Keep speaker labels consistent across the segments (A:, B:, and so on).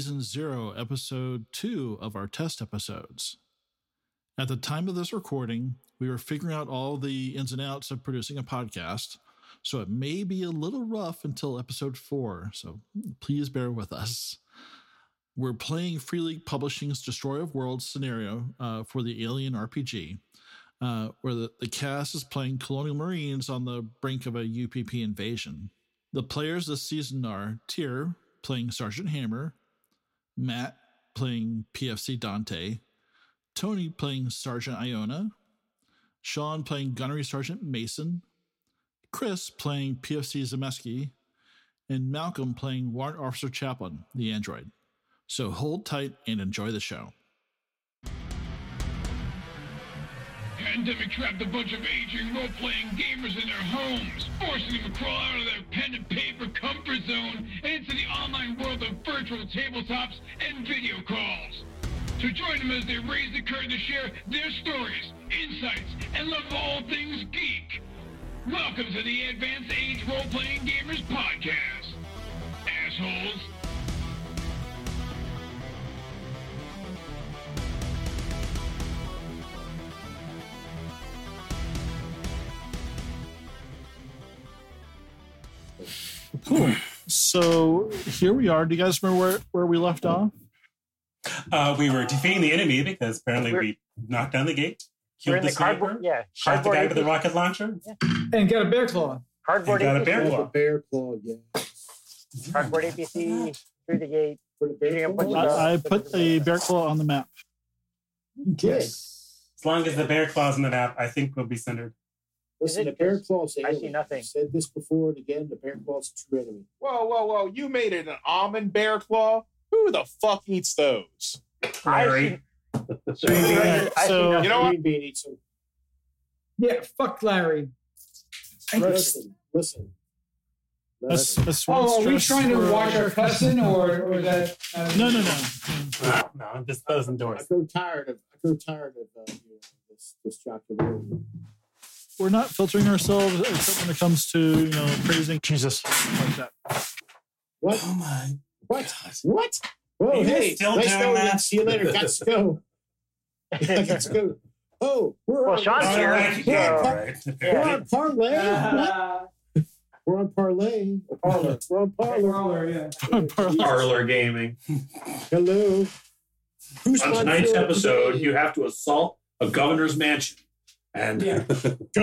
A: season zero, episode two of our test episodes. At the time of this recording, we were figuring out all the ins and outs of producing a podcast, so it may be a little rough until episode four, so please bear with us. We're playing Free League Publishing's Destroy of Worlds scenario uh, for the Alien RPG, uh, where the, the cast is playing colonial marines on the brink of a UPP invasion. The players this season are Tyr playing Sergeant Hammer, Matt playing PFC Dante, Tony playing Sergeant Iona, Sean playing Gunnery Sergeant Mason, Chris playing PFC Zemeski, and Malcolm playing Warrant Officer Chaplin, the android. So hold tight and enjoy the show.
B: Pandemic trapped a bunch of aging role-playing gamers in their homes, forcing them to crawl out of their pen and paper comfort zone and into the online world of virtual tabletops and video calls. To join them as they raise the curtain to share their stories, insights, and love of all things geek. Welcome to the Advanced Age Role-Playing Gamers Podcast. Assholes.
A: So here we are. Do you guys remember where, where we left off?
C: Uh, we were defeating the enemy because apparently we knocked down the gate,
D: We're in
C: killed
D: the
C: the sniper,
D: cardboard. Yeah,
C: shot the
D: cardboard
C: guy with the
D: AP.
C: rocket launcher,
E: and get a bear claw.
D: Cardboard
C: and got a bear
D: APC.
F: With a
C: claw.
F: bear claw, yeah.
D: Cardboard APC through the gate.
F: With a
D: You're
F: bear
D: gonna put
F: claw?
D: the-
A: I, I put a bear claw on the map.
F: Yes.
C: As long as the bear claw's on the map, I think we'll be centered.
F: Listen,
D: Is
F: the
D: it-
F: bear claw's
D: I see
F: alien.
D: nothing.
F: I've said this before and again, the bear claw's a true enemy.
G: Whoa, whoa, whoa. You made it an almond bear claw? Who the fuck eats those?
C: Larry,
D: So, I see
A: So-
D: nothing.
G: You know what?
F: Green bean eats them.
E: Yeah, fuck Larry.
F: Listen, listen.
A: That's,
F: Listen.
A: that's what
E: Oh, are we
A: stress
E: trying to
A: for-
E: watch our cousin or, or that? Uh,
A: No, no, no.
C: no, no, I'm just closing
F: I
C: doors.
F: grow tired of I grow tired of uh, you know, this this jocularity.
A: We're not filtering ourselves except when it comes to you know praising Jesus like that.
F: What?
C: Oh my
F: What?
C: god!
F: What? Whoa,
C: you
F: hey,
C: still
F: nice
C: doing
F: knowing you.
C: that?
F: See you later. Got to go. Got to go. Oh, we're
D: Well,
F: on,
D: Sean's
C: All
D: here.
C: right,
F: We're
C: yeah,
F: on,
C: all
F: par-
C: right.
F: we're
C: Apparently,
F: on parlay. What? We're on parlay.
E: Parlor.
F: We're on parlor.
E: Parlor, yeah.
H: parlor gaming.
F: Hello. Who's
H: On
F: my
H: tonight's
F: hero
H: episode,
F: today?
H: you have to assault a governor's mansion. And
E: Yeah.
F: go.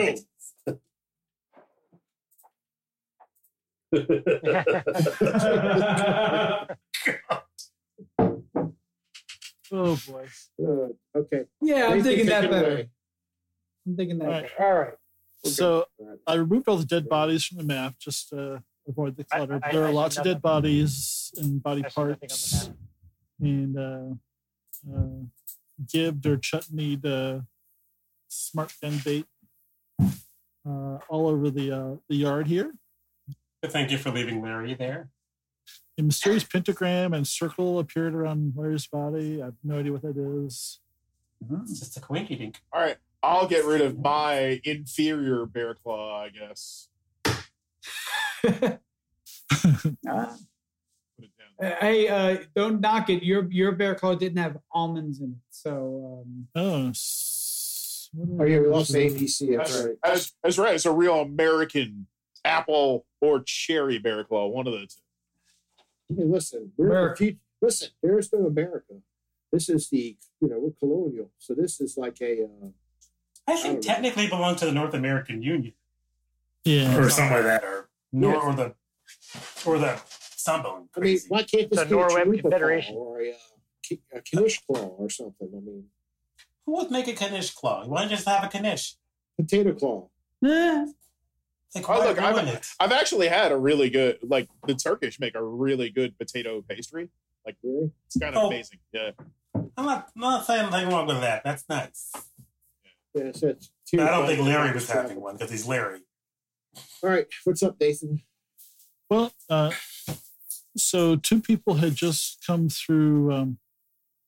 A: Oh boy.
F: Uh, okay.
E: Yeah, I'm
F: Nathan,
E: thinking
F: take
E: that
F: it
E: better.
F: away.
E: I'm thinking that.
A: All right.
E: better. All right.
F: Okay.
A: So
F: All right.
A: I removed all the dead bodies from the map just to avoid the
D: I-
A: clutter.
D: I-
A: there
D: I
A: are
D: see
A: lots of
D: nothing.
A: dead bodies and body
D: I see nothing on the
A: parts and uh, uh, gibbed or chutneyed uh, smart gun bait uh, all over the uh, the yard here.
C: thank you for leaving Larry there.
A: A mysterious pentagram and circle appeared around Larry's body. I have no idea what that is.
C: It's just a coinky dink.
G: All right. I'll get rid of my inferior bear claw, I guess. Put it down.
E: Hey, uh, don't knock it. Your your bear claw didn't have almonds in it, so um,
A: Oh, s- what
F: Oh
A: are-
F: yeah, we lost the APC. That's right.
G: That's, that's right. It's a real American apple or cherry bear claw, one of the two.
F: Hey, listen, we're
E: America.
F: the fut- Listen, there's no America. This is the you know we're colonial, so this is like a uh,
C: I
G: Oh.
C: think technically belong to the North American Union
A: yeah.
C: or something like that, or nor or the or the something.
F: I mean,
C: Crazy.
F: why can't this
D: The
F: be
D: Norway
F: a Chalupa
D: Confederation.
F: claw or a, uh, Ki- a Knish claw or something? I mean,
C: Who would make a Kanish claw? Why not just have a Kanish?
F: potato claw.
E: eh,
C: Like,
G: Oh,
C: why
G: look, I'm-
C: ruin it?
G: I've actually had a really good, like, the Turkish make a really good potato pastry.
F: Really?
G: It's kind of
C: Oh.
G: amazing. Yeah.
C: I'm not, I'm not saying anything wrong with that. That's nuts.
F: Yeah, so it's
C: I don't think Larry was having one because he's Larry.
F: All right, what's up, Nathan?
A: Well, uh, so two people had just come through um,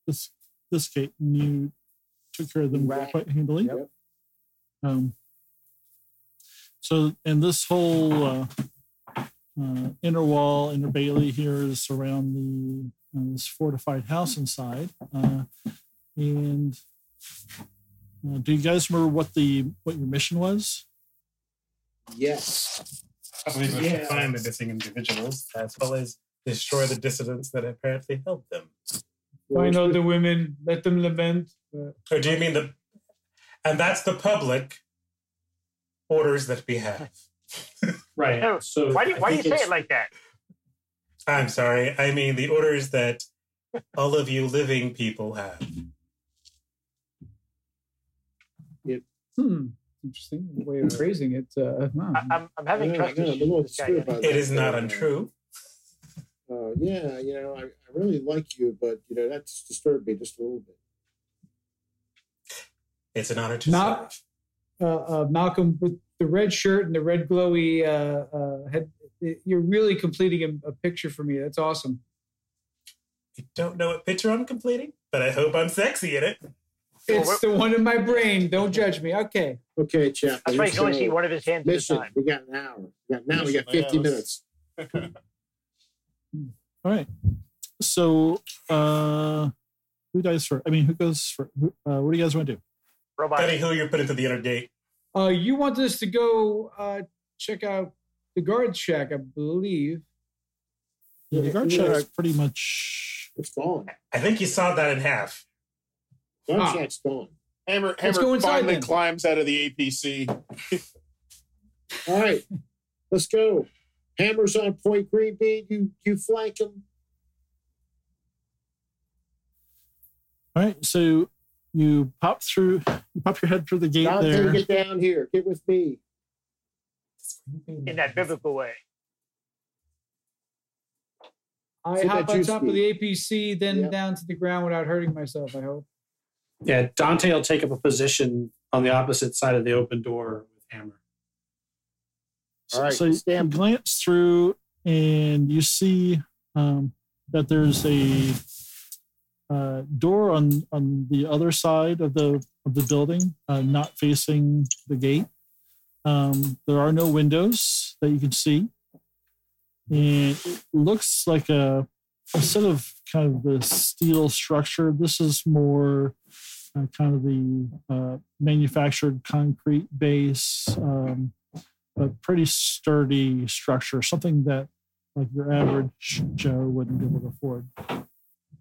A: this this gate, and you took care of them
F: Right.
A: quite handily.
F: Yep.
A: Um, so, and this whole uh, uh, inner wall, inner bailey here is around the
I: uh, this fortified house inside. Uh, and uh, do you guys remember what the what your mission was?
F: Yes.
J: I believe we
K: Yeah.
J: should find the missing individuals.
K: as well as destroy the dissidents that apparently helped them.
E: Find out the women, let them lament. But
K: Or do you mean the? And that's the public orders that we have.
L: Right.
D: Oh,
L: so
D: Why do you,
L: I
D: why do you
L: think
D: say
L: it's-
D: it like that?
K: I'm sorry. I mean the orders that all of you living people have.
E: hmm, interesting way of phrasing it. Uh, huh.
D: I, I'm, I'm having
F: Yeah,
D: trust
F: yeah,
D: issues
F: the Lord
D: with this guy.
F: stood by
D: Yanni.
F: that.
K: It is not untrue.
F: Uh, yeah, you know, I, I really like you, but you know, that's disturbed me just a little bit.
K: It's an honor to
E: Not-
K: serve.
E: uh, uh, Malcolm with the red shirt and the red glowy uh, uh, head. You're really completing a, a picture for me. That's awesome.
K: I don't know what picture I'm completing, but I hope I'm sexy in it.
D: Well,
E: It's
D: what-
E: the one in my brain. Don't judge me. Okay.
F: Okay, chap.
D: That's why you can only see one of his hands at a
F: Mission.
D: time.
F: We got an hour. We got, now we got
G: Mission, yeah,
F: 50
G: let's-
F: minutes.
I: All right. So uh, who dies first? I mean, who goes for? Who, uh, what do you guys want to do?
D: Robot.
K: Betty, who you're putting through the inner gate?
E: Uh, you want us to go uh, check out the guard shack, I believe.
I: Yeah, the guard
F: Yeah.
I: shack is pretty much.
F: It's gone.
K: I think you saw that in half.
E: Ah.
F: Contract's gone.
G: Hammer,
E: Let's
G: Hammer
E: go inside
G: finally
E: then.
G: climbs out of the APC.
F: All right, let's go. Hammers on point, Green Bean. You you flank him.
I: All right. So you pop through. You pop your head through the gate
F: Dante,
I: there.
F: get down here. Get with me.
D: In that biblical way.
E: I
F: See
E: hop
F: that
E: on
F: you
E: top of the
F: speak.
E: APC, then
F: Yep.
E: down to the ground without hurting myself. I hope.
L: Yeah, Dante will take up a position on the opposite side of the open door with Hammer.
I: So,
F: All right,
I: so you
F: stamp.
I: glance through and you see um, that there's a uh, door on on the other side of the of the building, uh, not facing the gate. Um, there are no windows that you can see, and it looks like a instead of kind of the steel structure. This is more uh, kind of the uh, manufactured concrete base. Um, but pretty sturdy structure, something that like your average Joe wouldn't be able to afford.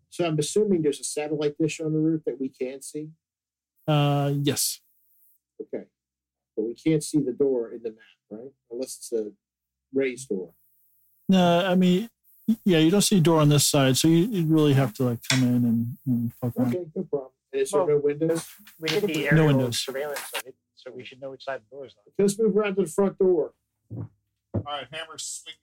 F: So I'm assuming there's a satellite dish on the roof that we can't see.
I: Uh, yes.
F: Okay, but we can't see the door in the map, right? Unless it's a raised door.
I: No, I mean, yeah, you don't see a door on this side, so you, you really have to like come in and, and fuck around.
F: Okay, no problem. And is there
D: Well-
F: no windows?
D: We did the
I: No
D: aerial
I: windows.
D: surveillance of it, so we should know which side the door is on.
F: Let's move around to the front door.
G: All right, Hammer swing,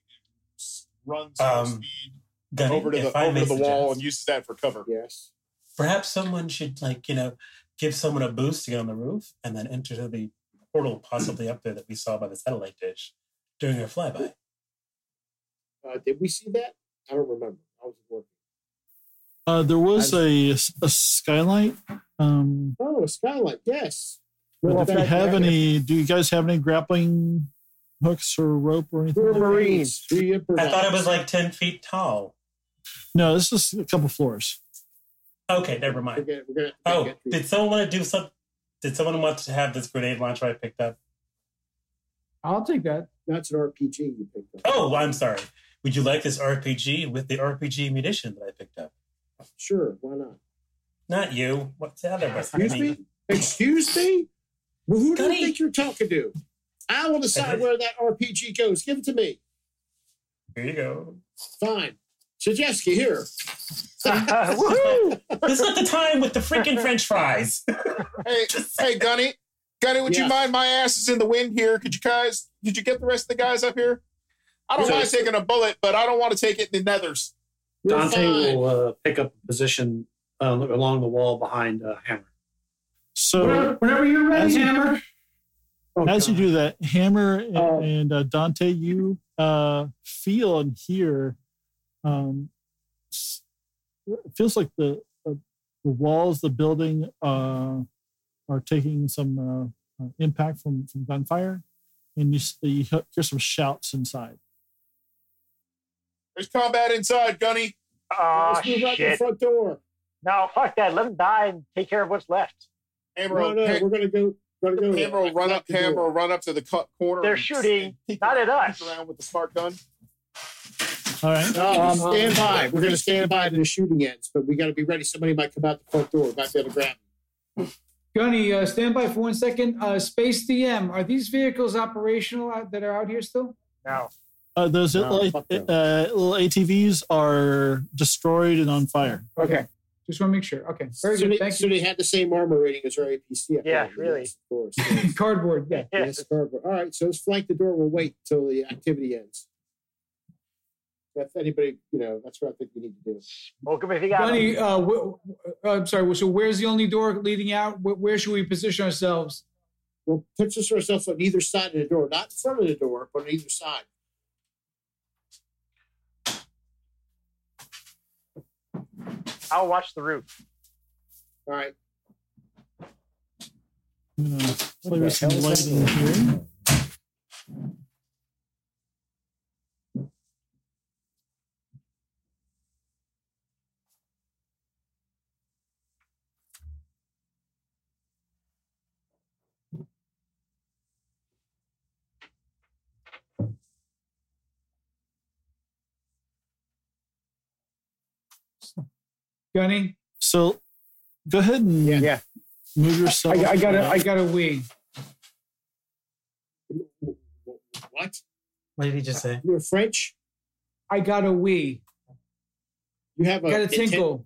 G: s- runs
K: Um,
G: full speed
K: Gunny,
G: over to
K: if
G: the
K: I
G: over
K: may
G: to the wall
K: suggest.
G: and uses that for cover.
F: Yes.
K: perhaps someone should like you know give someone a boost to get on the roof and then enter to the portal possibly up there that we saw by the satellite dish during our flyby
F: Uh, did we see that? I don't remember. I was working.
I: Uh, there was a, a skylight. Um,
F: Oh, a skylight. Yes.
I: but if you
F: Back
I: have
F: there.
I: any, do you guys have any grappling hooks or rope or anything?
F: We're
I: like that?
F: Marines. We
K: i
F: improvise.
K: thought it was like 10 feet tall
I: No, this is a couple floors.
K: okay never
F: We're
K: mind
F: gonna, we're gonna have to
K: oh
F: make entry.
K: did someone want to do some did someone want to have this grenade launcher i picked up
E: I'll take that.
F: That's an RPG you picked up.
K: oh i'm sorry would you like this rpg with the rpg munition that i picked up
F: Sure, why not?
K: not you what's the other one
F: Excuse me? Excuse me? Well, who do you
K: Gunny.
F: think you're talking to? I will decide where that RPG goes. Give it to me.
K: here you go
F: Fine. Sajeski, here.
D: Woohoo!
K: this is not the time with the freaking french fries
G: Hey, hey, Gunny, Gunny, would
F: Yeah.
G: you mind my ass is in the wind here? Could you guys? Did you get the rest of the guys up here? I don't
L: So-
G: mind taking a bullet, but I don't want to take it in the nethers.
F: We're
L: Dante
F: fine.
L: will uh, pick up a position uh, along the wall behind uh, Hammer.
I: So
K: whenever you're
I: ready,
K: Hammer.
F: Oh,
I: As you
F: God.
I: do that, Hammer and,
F: Oh.
I: and, uh, Dante, you uh, feel and hear. Um, s- it feels like the uh, the walls, the building, uh, are taking some uh, uh, impact from from gunfire, and you, s- you he- hear some shouts inside.
G: There's combat inside, Gunny.
D: Oh,
L: ah,
F: Let's move out the
D: shit.
F: front door.
D: No, fuck that. Let him die and take care of what's left.
G: Hammer,
F: No, no, we're gonna go. We're gonna go.
G: hammer will run up.
F: Lock the door.
G: Hammer will run up to the cut corner.
D: They're
G: and-
D: shooting,
G: and peek
D: not at
G: around-
D: us.
G: peek Around with the smart gun.
A: All right.
F: No, Um, stand by. We're gonna stand by to the shooting ends, but we gotta be ready. Somebody might come out the front door. Might be able to grab.
E: Gunny, uh, stand by for one second. Uh, Space DM, are these vehicles operational out, that are out here still?
D: No.
I: Uh, those
F: No,
I: little,
F: fuck no.
I: uh, little ATVs are destroyed and on fire.
E: Okay. Just want to make sure. Okay. Very
F: so
E: good.
F: They,
E: Thank
F: so
E: you.
F: they had the same armor rating as our APC.
D: Yeah,
F: Yes,
D: really.
F: Of course.
E: Cardboard. Yeah.
F: Yes,
D: Yes.
F: Carver. All right, so let's flank the door. We'll wait until the activity ends. If anybody, you know, that's what I think we need to do.
D: Smoke him if you got
E: Gunny,
D: him.
E: uh, wh- wh- I'm sorry. So where's the only door leading out? Wh- where should we position ourselves?
F: We'll position ourselves on either side of the door, not in front of the door, but on either side.
D: I'll watch the roof.
F: All right.
I: I'm gonna play with some lighting here.
E: Gunny,
I: So go ahead and
F: Yeah.
E: Yeah.
I: move yourself.
E: I, I got a, I got a wee.
F: What?
K: What did he just say?
F: You're French?
E: I got a wee.
F: You have a,
E: Got a tinkle.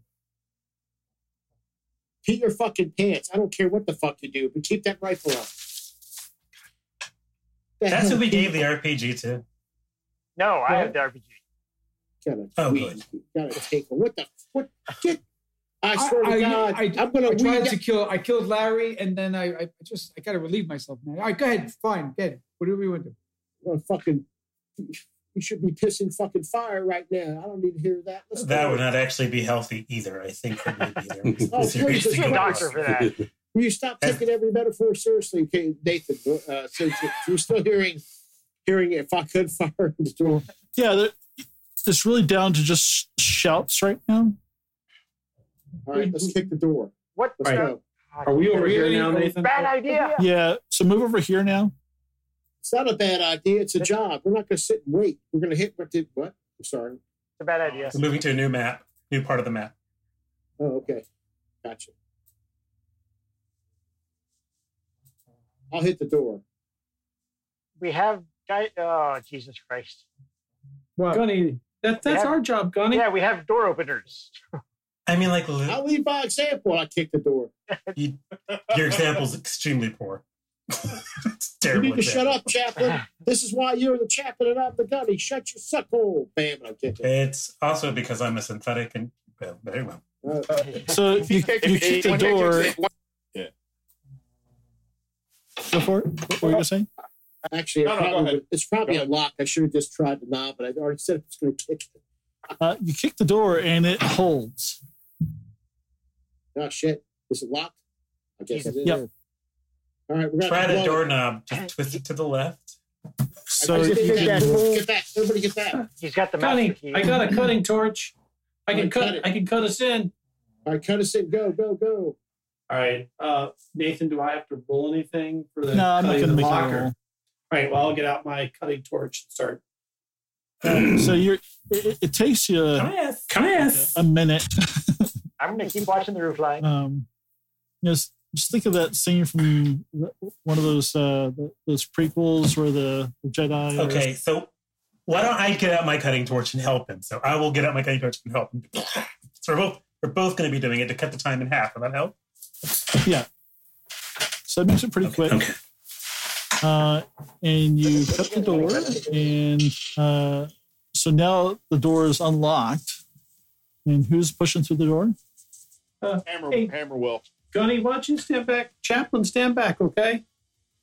F: Pee your fucking pants. I don't care what the fuck you do, but keep that rifle up. The
K: That's who
F: hell,
K: we
F: Pete?
K: gave the RPG to.
D: No, I have the RPG.
F: Got a
K: Oh,
F: wee. Got a tinkle. What the? What? Get, I
E: I-
F: swear
E: I-
F: to God,
E: I-
F: I, am gonna
E: I
F: weed
E: tried
F: that-
E: to kill. I killed Larry, and then I, I just I gotta relieve myself, man. All right, go ahead. Fine, get it. Whatever you want to do.
F: Oh, fucking, you should be pissing fucking fire right now. I don't need to hear that. Let's
K: That
F: go.
K: would not actually be healthy either. I think that would be there.
F: Oh, please,
D: He's a doctor for that.
F: Will you stop taking every metaphor seriously, okay, Nathan? Uh, since you- you're still hearing, hearing if I could fire in the door.
I: yeah. they're- It's really down to just shouts right now.
F: All right, let's kick the door.
D: What the?
F: Let's go.
H: Are we over here now, Nathan?
D: Bad idea.
I: Yeah. So move over here now.
F: It's not a bad idea. It's a job. We're not going to sit and wait. We're going to hit what did what? I'm sorry.
D: It's a bad idea.
K: We're moving to a new map, new part of the map.
F: Oh, okay. Gotcha. I'll hit the door.
D: We have guy. Oh Jesus Christ!
E: What?
H: Gunny, that, that's
D: Yeah.
H: our job, Gunny.
D: Yeah, we have door openers.
K: I mean, like,
F: I'll lead by example. I kick the door.
K: your example's extremely poor. it's
F: You
K: terrible.
F: need to shut
K: example.
F: up, chaplain. This is why you're the chaplain and I'm the gunny. Shut your suck hole. Bam, and I kick it.
K: It's also because I'm a synthetic and well, very well.
F: Uh,
I: So you, you kick the door. Go for it. What were you gonna say?
F: actually,
G: No,
F: it
G: no, go
F: probably,
G: ahead.
F: it's probably
G: Go
F: a lock. I should have just tried the knob, but I already said it's going to kick it.
I: Uh, you kick the door and it holds.
F: Oh, shit. Is it locked? I guess it is.
I: Yep.
F: All right, we're
K: Try
F: going
K: the doorknob, just twist it to the left.
I: So
F: get,
I: you
F: that.
I: can-
F: Get that. Everybody get that. All
D: He's got the master
H: Gunny,
D: key.
H: I got a cutting torch. I can
F: Alright,
H: cut.
F: cut it.
H: I can cut us in.
F: right, cut us in. Go, go, go.
H: All right, uh, Nathan, do I have to roll anything for the?
I: no, I'm not
H: cutting
I: gonna
H: the
I: make
H: locker?
I: a roll.
H: All right, well, I'll get out my cutting torch and start.
I: So you're. It, it- it takes you
K: Come
I: a,
K: here. Come here.
I: a minute.
D: I'm gonna keep watching the roof line.
I: Um, you know, s- just think of that scene from th- one of those uh, th- those prequels where the, the Jedi. are-
K: Okay, so why don't I get out my cutting torch and help him? So I will get out my cutting torch and help him. So we're both we're both going to be doing it to cut the time in half. Will that help?
I: So it makes it pretty quick.
K: Okay.
I: Uh, and you cut the door, and uh, so now the door is unlocked. And who's pushing through the door?
G: Hammer,
H: Hey.
G: hammer will.
H: Gunny, why don't you stand back? Chaplain, stand back, okay?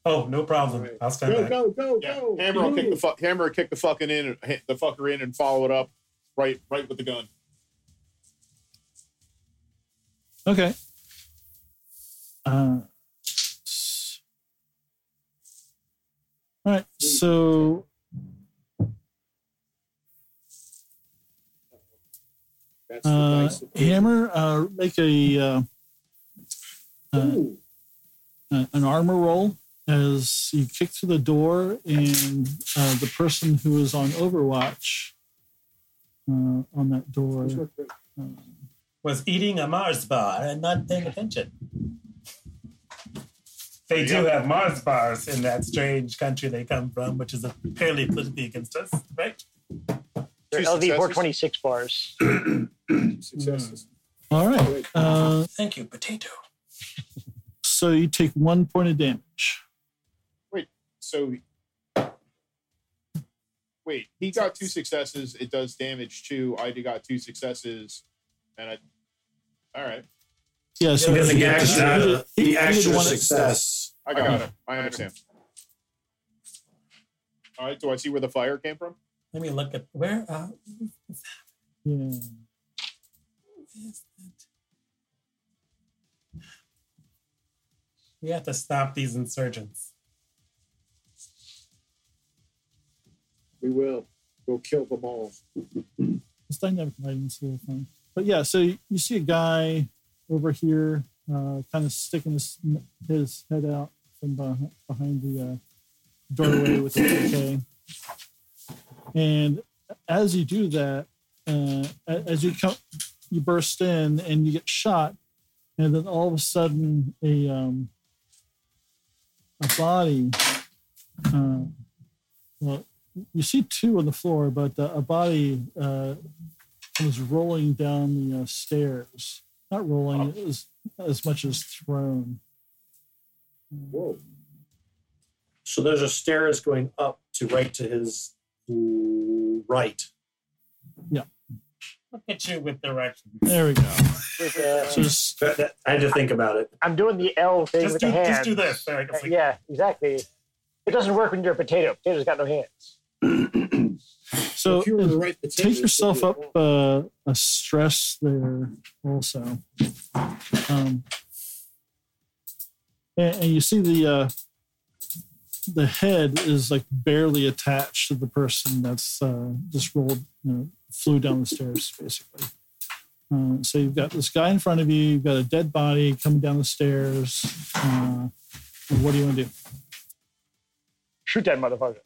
K: Oh, no problem.
F: All right.
K: I'll stand
F: Go,
K: back.
F: go, go,
G: Yeah.
F: go.
I: Uh,
G: Hammer will kick the fuck. Hammer will kick the fucking in hit the fucker in and follow it up right right with the gun.
I: Okay. Uh, s- all right. So
F: That's
I: Hammer, uh, make a uh, uh, uh, an armor roll as you kick through the door, and uh, the person who is on Overwatch uh, on that door. Uh,
K: Was eating a Mars bar and not paying attention. They do have Mars bars in that strange country they come from, which is apparently politically against us, right?
D: They're LV four twenty six bars. uh,
F: Successes.
I: All right. Uh,
K: Thank you, potato.
I: so you take one point of damage.
G: So wait, he got two successes. It does damage too. I got two successes, and I. All right,
I: Yeah. So
K: Yeah,
H: Because
K: that's
H: the
I: he-
H: action, uh,
I: he- he
H: the
I: did
H: action of
I: one-
H: success.
G: I got it. I understand. All right. Do I see where the fire came from?
K: Let me look at where uh,
I: Yeah.
K: is it? We have to stop these insurgents.
F: We will. We'll kill them all.
I: It's dynamic lighting, so it's fun. But yeah, so you see a guy over here, uh, kind of sticking his, his head out from beh- behind the uh, doorway with the PK. And as you do that, uh, a- as you come, you burst in and you get shot, and then all of a sudden a um, a body. Uh, well, you see two on the floor, but uh, a body uh, was rolling down the uh, stairs. Not
F: Oh.
I: rolling it was as much as thrown.
F: Whoa.
H: So there's a stairs going up to right to his right.
K: Look at you with directions.
I: There we go.
D: With, uh,
I: So just
H: That- that- I had to think about it.
D: I'm doing the L thing
K: Just
D: with
K: do,
D: the hands.
K: just do this. There,
D: Uh,
K: it's like,
D: yeah, exactly. It doesn't work when you're a potato. Potato's got no hands.
I: so uh,
F: if you were the right potato,
I: take yourself up uh, a stress there also. Um, and, and you see the uh, the head is like barely attached to the person that's uh, just rolled, you know, flew down the stairs basically. Uh, so you've got this guy in front of you. You've got a dead body coming down the stairs. Uh, what do you want to do?
D: Shoot that motherfucker.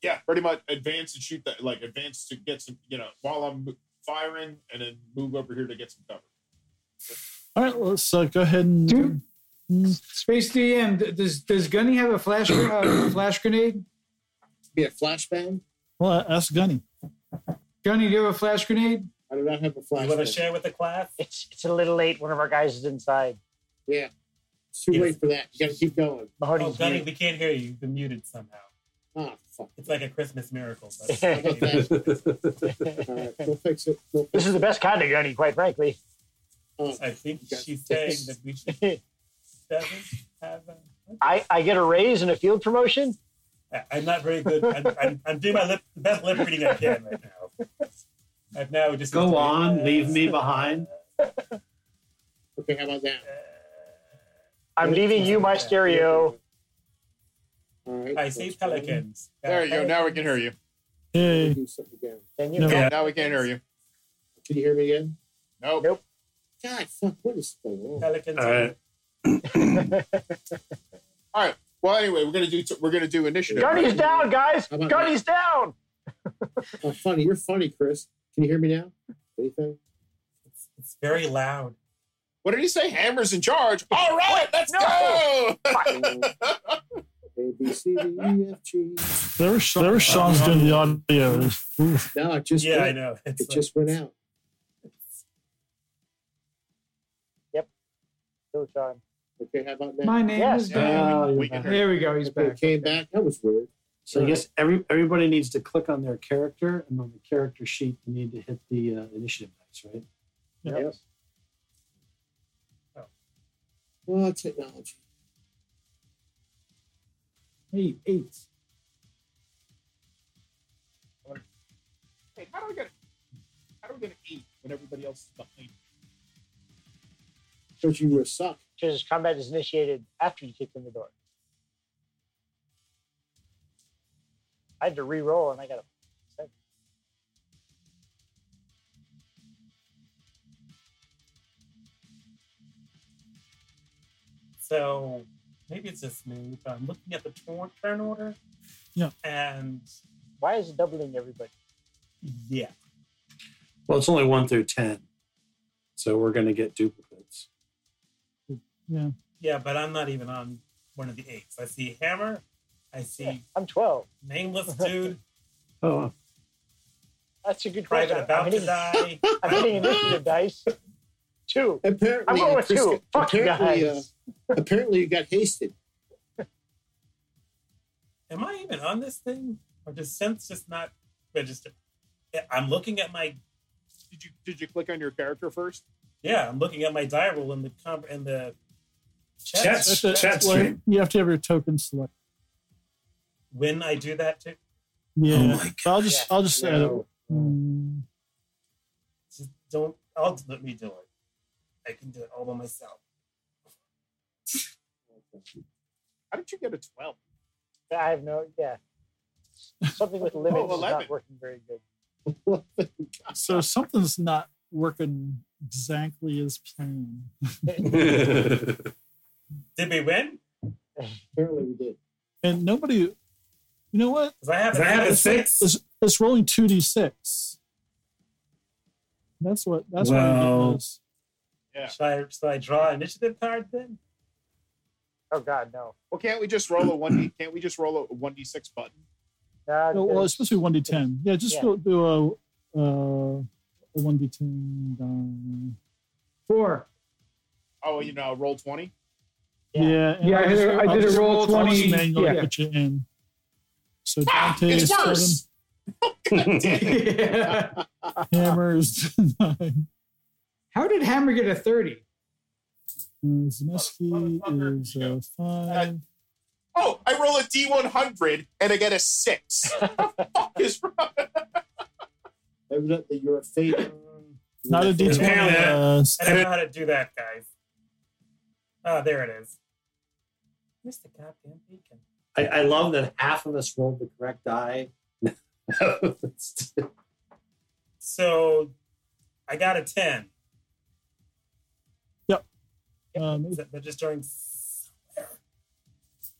G: Yeah, pretty much advance and shoot that. Like advance to get some. You know, while I'm firing, and then move over here to get some cover.
I: All right, let's uh, go ahead and. Hmm,
E: Dude. Space DM. d- Does does Gunny have a flash uh, flash grenade?
F: be a flashbang.
I: Well, ask Gunny.
E: Gunny, do you have a flash grenade?
F: I do not have a
K: you want to
F: flashbang.
K: share with the class?
D: It's it's a little late. One of our guys is inside.
F: It's too
K: Yes.
F: late for that. You got to keep going.
D: Mahoney's
K: Oh, Gunny,
D: mute.
K: we can't hear you. You've been muted somehow.
F: Ah, fuck.
K: It's like a Christmas miracle. But
F: How about that? All right, we'll fix it. We'll uh, fix
D: This is the best kind of Gunny, quite frankly.
F: it.
K: I think she's saying that we should doesn't have. A,
D: I, I get a raise and a field promotion.
K: I- I'm not very good. I'm, I'm, I'm doing my lip, the best lip reading I can right now. I've now just
H: Go on, leave me behind.
F: Okay, how about that?
D: I'm leaving you my stereo.
F: All right.
K: I see pelicans.
G: There you go. Now we can hear you.
I: Hey.
F: Do something again.
D: And you
I: No.
K: Yeah.
G: Now we can't hear you.
F: Can you hear me again?
G: Nope.
D: Nope.
F: God, fuck, what is going on?
K: Pelicans.
H: All right.
G: Well, anyway, we're gonna do. T- we're gonna do initiative.
D: Gunny's down, guys.
F: How about
D: Gunny's down.
F: Oh, funny. You're funny, Chris. Can you hear me now? Anything?
K: It's, it's very loud.
G: What did he say? Hammers in charge. All right, let's
D: no.
G: go.
F: A, B, C, D, E, F, G.
I: There was, there was songs doing the audio. Oof.
F: No, it just,
K: yeah, I
F: went,
K: know. It's
F: it
K: like-
F: just went out.
D: No time.
F: Okay, how about now?
E: My name
D: Yes.
E: is Gunny.
G: Yeah, Uh,
H: Oh, you're
G: we can hear you.
E: There we go. He's
F: Okay,
E: back.
F: it came back. That was weird.
H: So I guess every everybody needs to click on their character, and on the character sheet, you need to hit the uh, initiative dice, right?
F: Yes. Oh, technology.
E: Eight, eight.
G: Hey, how do I get? How do I get an eight when everybody else is behind?
F: Because you were suck.
D: Because combat is initiated after you kick in the door. I had to re-roll and I got a
K: So maybe it's this move. I'm looking at the tor- turn order.
I: Yeah.
K: And
D: Why is it doubling everybody?
K: yeah,
H: Well, it's only one through ten, so we're going to get duplicates.
K: yeah, but I'm not even on one of the eights. I see hammer. I see
D: Yeah, I'm 12.
K: nameless dude,
H: Oh,
D: That's a good question.
K: private
D: I'm-
K: about
D: I'm
K: to
D: hitting,
K: die.
D: I'm hitting initiative dice. Two. I'm
F: Apparently, uh,
D: going with
F: Chris-
D: two. Fuck you
F: apparently,
D: guys.
F: uh, apparently, you got hasted.
K: Am I even on this thing, or does sense just not register? Yeah, I'm looking at my
G: Did you did you click on your character first?
K: yeah. I'm looking at my die roll in the comp in the chat.
C: Chat
I: That's it.
C: Chat
I: Well,
C: stream.
I: you have to have your token select.
K: When I do that, too,
I: Yeah.
H: Oh my
I: But I'll just I'll just add it.
F: No.
I: Mm,
K: just don't. I'll let me do it. I can do it all by myself.
G: How did you get a twelve?
F: uh,
D: I have no, yeah. Something
F: Oh,
D: with limits is
G: 11.
D: not working very good.
I: So something's not working exactly as planned.
K: Did we win?
F: Apparently, we did.
I: And nobody, you know what?
K: Because I have.
C: Because I have a six.
I: It's, it's rolling two d six. That's what. That's what
C: Well-
I: it is.
K: Should I, should I draw initiative card then?
D: Oh, God, no.
G: Well, can't we just roll a one d? Can't we just roll a one d six button?
D: Nah,
I: No, Oh, well, it's supposed to be one d ten. Yeah, just
D: Yeah.
I: go do a uh, a one d ten. down.
E: Four.
G: Oh, you know, roll twenty.
D: Yeah.
I: Yeah, and
E: Yeah, I
I: I'll
E: did
I: just-
E: a- I
I: I'll
E: did a
I: just
E: roll
I: I'll just
E: 20,
I: manually
E: yeah.
I: put you in. So
G: Ah,
I: Dante Ah, is seven.
G: Oh,
E: How
I: Hammers nine.
E: did Hammer get a 30?
I: Uh, Zineski
G: Motherfucker.
I: is uh, five.
G: Oh, I roll a d one hundred and I get a six. fuck is wrong?
F: Evidently, you're a favorite.
I: Not a D twenty. Uh,
K: I don't know how to do that, guys. Ah, there it is. Where's the goddamn beacon?
H: I, I love that half of us rolled the correct die.
K: So I got a 10.
I: um,
K: Is that registering somewhere?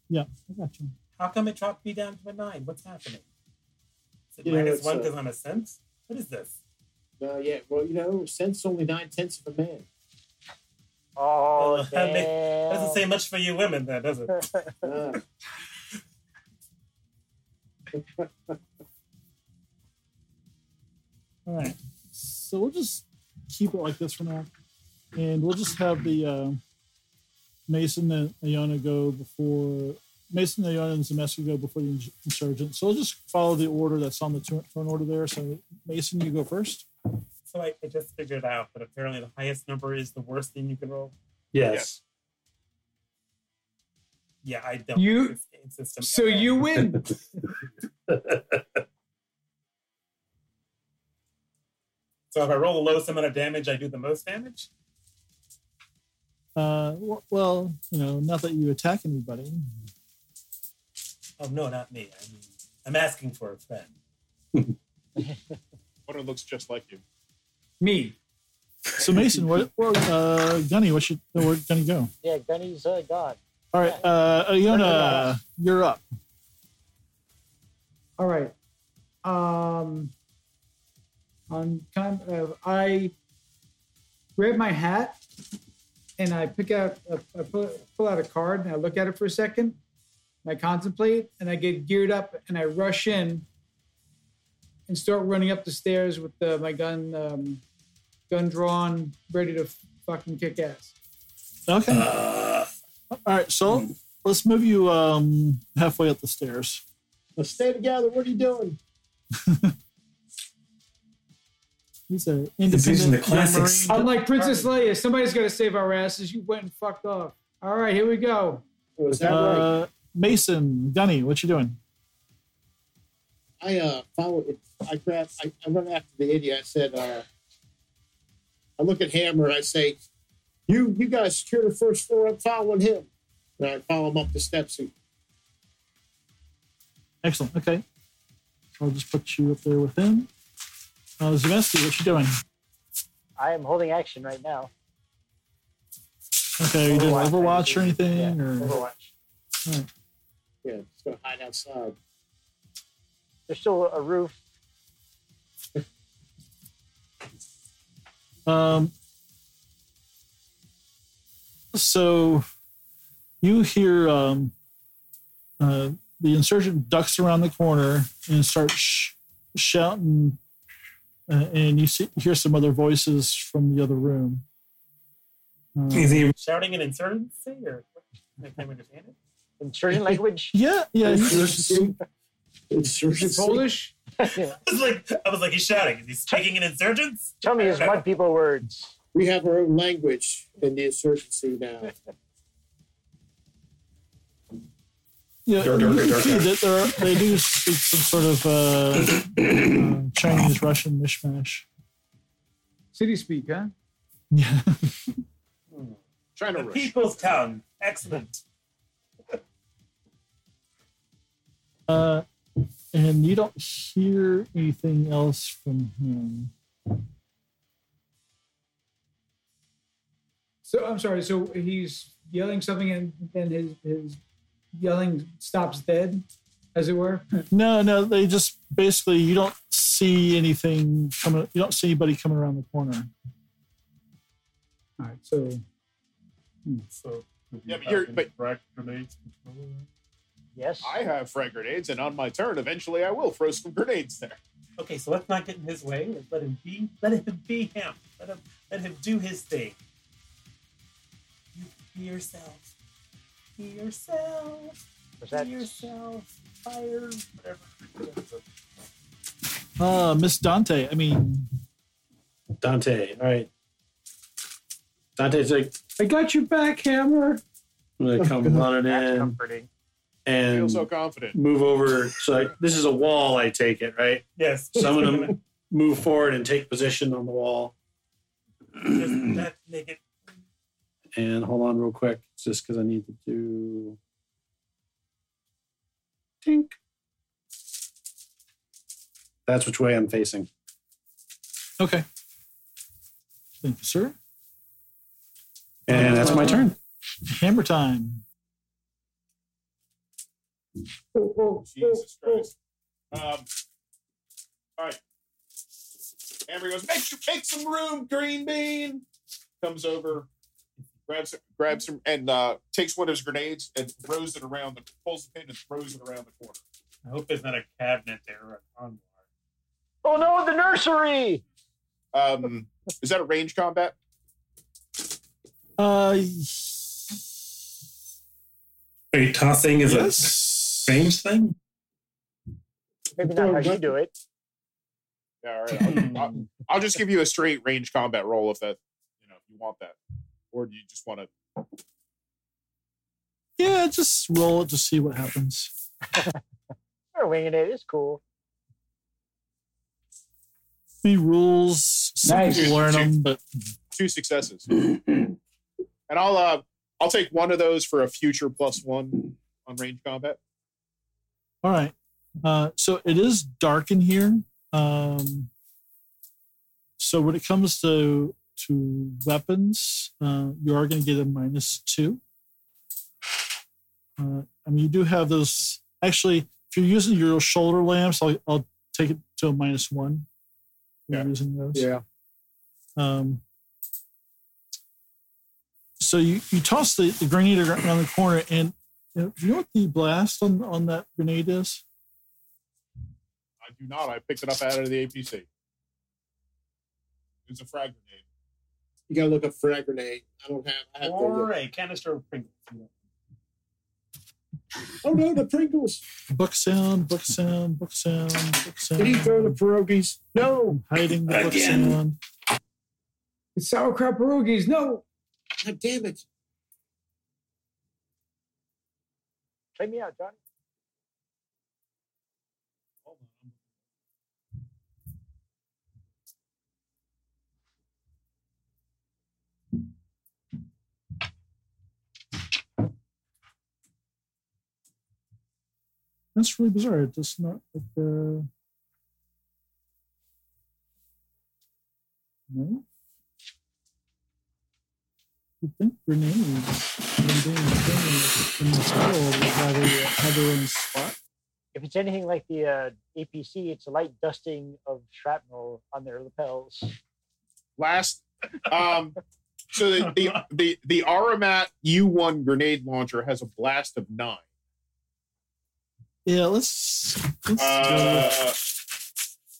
I: yeah, I got you.
K: How come it dropped me down to a 9? What's happening? Is it
F: You know,
K: minus
F: it's,
K: 1
F: uh,
K: because I'm a sense? What is this?
F: No, Uh, yeah. Well, you know, sense only nine tenths of a man.
D: Oh,
K: Oh, that makes-
D: damn.
K: Doesn't say much for you women, though, does it?
F: Uh,
I: All right. So we'll just keep it like this for now, and we'll just have the uh, Mason and Ayana go before Mason, Ayana, and Zemeski go before the ins- insurgent. So we'll just follow the order that's on the turn, turn order there. So Mason, you go first.
K: So I, I just figured out that apparently the highest number is the worst thing you can roll.
H: yes.
K: Yeah, I don't. like
E: You-
K: this game system
E: So
K: at all.
E: you win.
K: So if I roll the lowest amount of damage, I do the most damage.
I: Uh, w- well, you know, not that you attack anybody.
K: Oh no, not me. I mean, I'm asking for a friend.
G: One of them looks just like you.
E: Me.
I: So Mason, what? Well, uh, Gunny, what should where Gunny go?
D: yeah, Gunny's uh, gone.
I: All right, uh, Ayana, you're up.
E: All right. Um, on kind of, I grab my hat and I pick out, a- I pull, pull out a card and I look at it for a second. And I contemplate and I get geared up and I rush in and start running up the stairs with uh my gun, um, gun drawn, ready to fucking kick ass.
I: Okay.
C: Uh,
I: All right, so let's move you um, halfway up the stairs.
F: let's stay together. What are you doing?
I: He's an
C: He's using the
I: independent
C: classics.
I: young
E: Unlike Princess Leia, somebody's got to save our asses. You went and fucked off. All right, here we go.
F: Oh, is
I: marine.
F: that right?
I: Uh, Mason, Gunny, what you doing?
F: I uh follow it. I grab. I, I run after the idiot. I said. uh I look at Hammer. and I say, "You, you guys secure the first floor. I'm following him." And I follow him up the steps. And
I: Excellent. Okay, I'll just put you up there with him. Uh, Zemeski, what you doing?
D: I am holding action right now.
I: Okay, you did
F: Overwatch,
I: Overwatch or anything? or
F: Overwatch.
I: Alright.
F: Yeah, it's gonna hide outside.
D: There's still a roof.
I: Um, so you hear um, uh, the insurgent ducks around the corner and starts sh- shouting, uh, and you see, hear some other voices from the other room. Uh,
K: Shouting in insurgency or I can't understand it.
D: Insurgent language.
I: yeah, yeah.
E: Is it Polish?
K: I was like, I was like, he's shouting. Is he speaking in insurgents?
D: Tell me his mud people words.
F: We have our own language in the insurgency now.
I: Yeah,
C: Dur, dur, dur,
I: you
C: dur,
I: see
C: dur.
I: that there are, they do speak some sort of uh, uh, Chinese Russian mishmash.
E: City speak, huh?
I: Yeah.
G: Trying
K: The
G: to rush.
K: people's tongue. Excellent.
I: Uh, and you don't hear anything else from him.
E: So I'm sorry. So he's yelling something, and then his his yelling stops dead, as it were.
I: No, no, they just basically you don't see anything coming. You don't see anybody coming around the corner.
E: All right. So
K: So,
G: Yeah, but you're- but-
K: grenades.
D: Yes.
G: I have frag grenades, and on my turn, eventually I will throw some grenades there.
K: Okay, so let's not get in his way. Let's let him be. Let him be him. Let him. Let him do his thing. You be yourself. Be yourself.
D: Was that
K: Be yourself. Fire. Whatever.
I: Uh, Miss Dante. I mean,
H: Dante. All right. Dante's like, I got your back, hammer. I'm gonna come running
D: that's
H: in
D: comforting?
G: I feel
H: and
G: so confident.
H: move over. So I, this is a wall. I take it right.
K: Yes.
H: So I'm gonna move forward and take position on the wall.
K: Just that make it.
H: And hold on, real quick, just because I need to do. Tink. That's which way I'm facing.
I: okay. Thank you, sir.
H: And that's my turn.
I: Hammer time.
G: Jesus Christ. Um, all right. Amber goes, make sure make some room, green bean. Comes over, grabs grabs some and uh, takes one of his grenades and throws it around the pulls the pin and throws it around the corner.
K: I hope there's not a cabinet there or a armoire.
D: Oh no, the nursery.
G: Um, is that a range combat?
I: Uh,
C: Are you tossing is
I: yes.
C: a range thing?
D: Maybe not how you do it.
G: Yeah, all right. I'll, I'll, I'll just give you a straight range combat roll if that you know if you want that, or do you just want to?
I: Yeah, just roll it to see what happens.
D: We're winging it. It's cool.
I: The rules. Some
E: Nice.
I: people learn them, but
G: two successes. and I'll uh I'll take one of those for a future plus one on range combat.
I: All right. Uh, so it is dark in here. Um, so when it comes to to weapons, uh, you are going to get a minus two. Uh, I mean, you do have those. Actually, if you're using your shoulder lamps, I'll, I'll take it to a minus one. If You're using those. Um, so you, you toss the, the grenade around the corner, and uh, do you know what the blast on, on that grenade is?
G: I do not. I picked it up out of the APC. It was a frag grenade.
F: You gotta look up frag grenade. I don't have. I have to
K: Or
F: look.
K: a canister of Pringles.
F: Oh no, the Pringles!
I: Book sound, book sound, book sound, book
F: Did he throw the
I: sound.
F: pierogies? No,
I: Hiding the book
C: Again.
I: sound.
E: it's sauerkraut pierogies. No,
F: God damn it!
D: Try me out, John.
I: That's really bizarre. It's just not like uh No? you think grenades and being a thing in this world would have, a, have their own spot.
D: If it's anything like the uh, APC, it's a light dusting of shrapnel on their lapels.
G: Last, um, so the, the the the Aramat U1 grenade launcher has a blast of nine.
I: Yeah, let's. let's go.
G: Uh,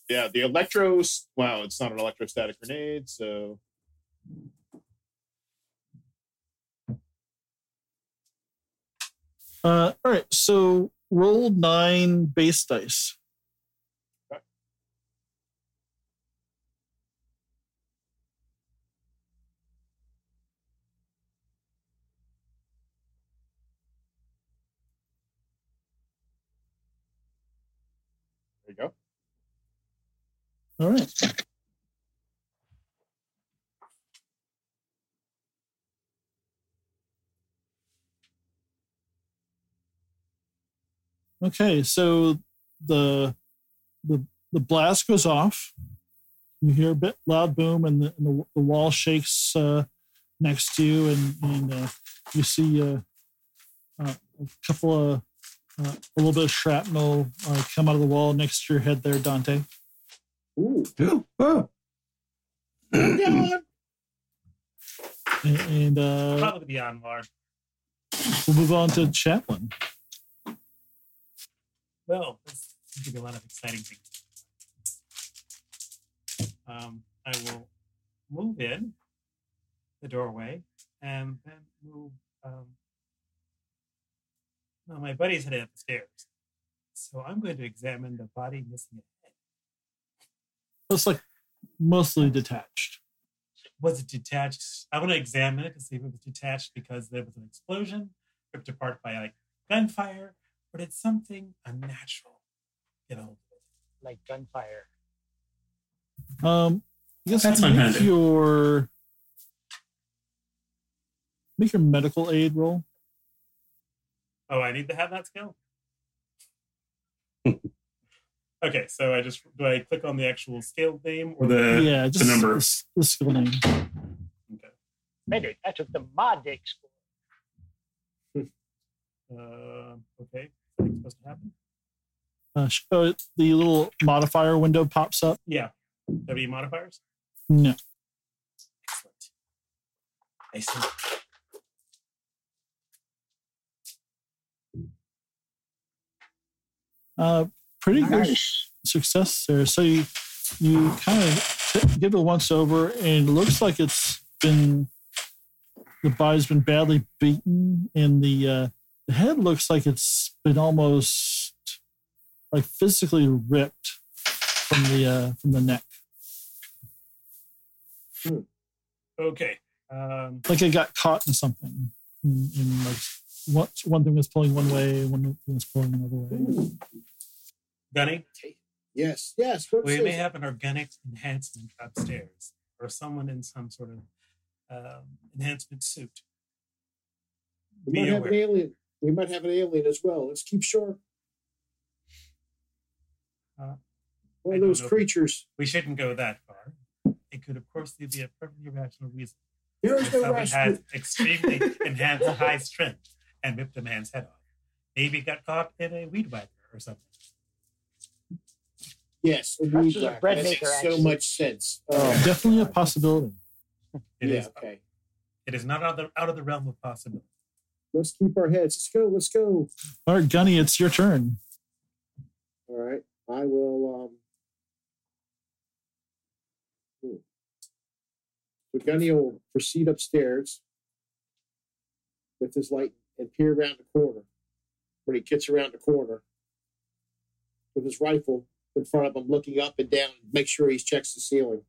G: yeah, the electro. Wow, it's not an electrostatic grenade, so
I: Uh, all right, so roll nine base dice.
G: there you go.
I: All right. Okay, so the the the blast goes off. You hear a bit loud boom, and the, and the, the wall shakes uh, next to you, and, and uh, you see uh, uh, a couple of uh, a little bit of shrapnel uh, come out of the wall next to your head there, Dante.
F: Ooh,
H: Oh,
I: And, and uh,
K: Probably beyond Lar.
I: we'll move on to Chaplin.
K: Well, this seems to be a lot of exciting things. Um, I will move in the doorway and then move. Um, now, my buddy's headed up the stairs, so I'm going to examine the body missing a head.
I: It's like mostly detached.
K: Was it detached? I want to examine it to see if it was detached because there was an explosion, ripped apart by like gunfire, or did something unnatural get a hold of it?
D: like gunfire.
I: Um, I guess
H: That's my
I: make
H: mandate.
I: your make your medical aid roll.
K: Oh, I need to have that skill. okay, so I just do I click on the actual skill name or
H: or the
I: yeah, just
H: number.
I: s- The, skill name.
D: Medic, I took the mod dick score.
K: uh, okay? Something's supposed to happen.
I: Uh, sh- uh, the little modifier window pops up.
K: Yeah. W modifiers.
I: No,
K: Excellent. I see.
I: uh, pretty good success there. So you you kind of t- give it a once over, and it looks like it's been the body's been badly beaten, and the uh, the head looks like it's been almost like physically ripped from the uh, from the neck.
K: Okay. Um,
I: like it got caught in something. And, and like one, one thing was pulling one way, one thing was pulling another way.
K: gunning.
F: yes, yes. What's
K: We may
F: this?
K: have an organic enhancement upstairs, or someone in some sort of um, enhancement suit.
F: We
K: Be
F: might have
K: aware.
F: an alien. We might have an alien as well. Let's keep sharp.
K: Uh, I
F: One of
K: don't
F: those
K: know.
F: creatures.
K: We shouldn't go that far. It could, of course, be a perfectly rational reason.
F: There is
K: if
F: no
K: someone
F: rational.
K: has extremely enhanced high strength and ripped a man's head off. Maybe it got caught in a weed whacker or something.
F: Yes, a
D: Perhaps
F: weed
D: there's a
F: whacker.
D: bread
F: That
D: maker,
F: makes so
D: actually.
F: much sense. Oh,
I: Definitely a possibility.
K: It
F: yeah.
K: is-
F: Okay.
K: it is not out of, the, out of the realm of possibility.
F: Let's keep our heads. Let's go. Let's go.
I: All right, Gunny, it's your turn.
F: All right. I will. Um, hmm. so Gunny will proceed upstairs with his light and peer around the corner. When he gets around the corner with his rifle in front of him, looking up and down, make sure he checks the ceiling.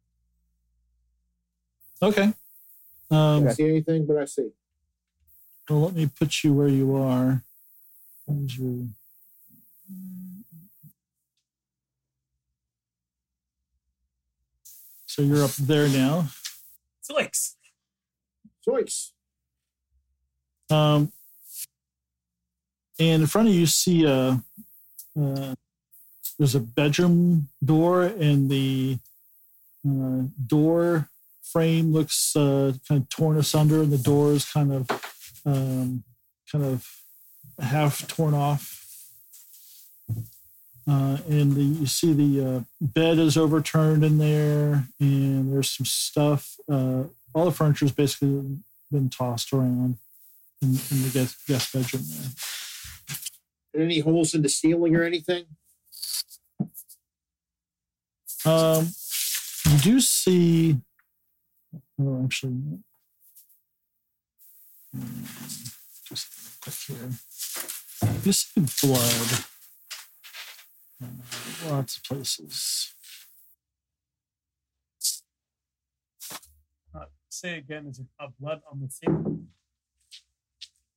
I: Okay. Um,
F: See anything? But I see.
I: Well, let me put you where you are. Where's your- So you're up there now.
K: Zoinks!
F: Zoinks.
I: Um, and in front of you see a uh, there's a bedroom door and the uh, door frame looks uh, kind of torn asunder, and the door is kind of um, kind of half torn off. Uh, and the, you see the uh, bed is overturned in there, and there's some stuff. Uh, all the furniture has basically been tossed around in, in the guest, guest bedroom there.
F: Any holes in the ceiling or anything?
I: Um, you do see. Oh, actually, no. Hmm, just quick here. You see blood. in Lots of places.
K: Uh, Say again, is it uh, blood on the ceiling?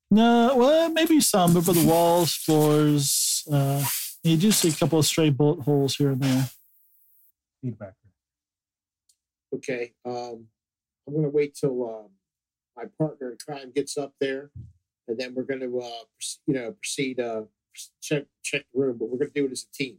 I: No, well, maybe some, but for the walls, floors, uh, you do see a couple of stray bullet holes here and there.
K: Feedback.
F: Okay, um, I'm gonna wait till um, my partner in crime gets up there, and then we're gonna uh, proce- you know proceed uh, check check the room, but we're gonna do it as a team.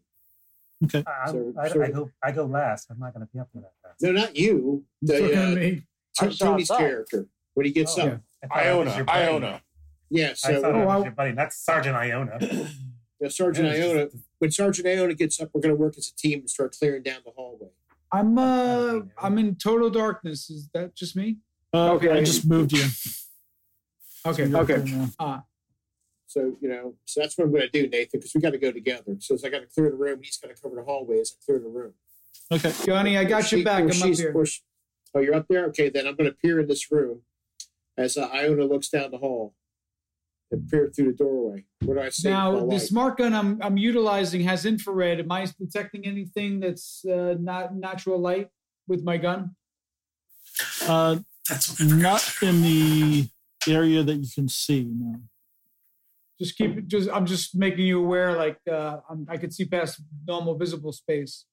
I: Okay.
K: I,
F: So-
K: I,
F: so-
K: I, go, I go last. I'm not going to be up for that fast.
F: No, not you.
E: Look at
F: The, uh,
E: me.
F: T-
D: I'm sorry,
F: Tony's
D: I'm sorry.
F: character when he gets
K: Oh.
F: up.
K: thought I was
G: Iona,
K: your buddy.
G: Iona.
F: Yeah,
K: I thought
F: so
K: I
E: Oh,
K: was
E: I-
K: your buddy. That's Sergeant Iona.
F: uh, Sergeant
K: Yeah, it's
F: Iona,
K: just-
F: when Sergeant Iona gets up, we're gonna work as a team and start clearing down the hallway.
E: I'm uh I'm in total darkness. Is that just me?
I: Uh,
E: Okay.
I: I just moved you.
E: Okay. Uh,
I: You're up there now.
F: So you know, so that's what I'm gonna do, Nathan, because we got to go together. So as I got to clear the room, he's gonna cover the hallway as I clear the room.
I: Okay.
E: Johnny, I got
F: She-
E: your back.
F: or
E: I'm up
F: she's-
E: here.
F: or she- oh, you're up there. Okay, then I'm going to peer in this room as uh, Iona looks down the hall and peer through the doorway. What do I see?
E: Now
F: My
E: the
F: light.
E: smart gun I'm I'm utilizing has infrared. Am I detecting anything that's uh, not natural light with my gun?
I: Uh,
C: That's
I: not in the area that you can see. No.
E: Just keep it. Just I'm just making you aware. Like uh, I'm, I could see past normal visible space.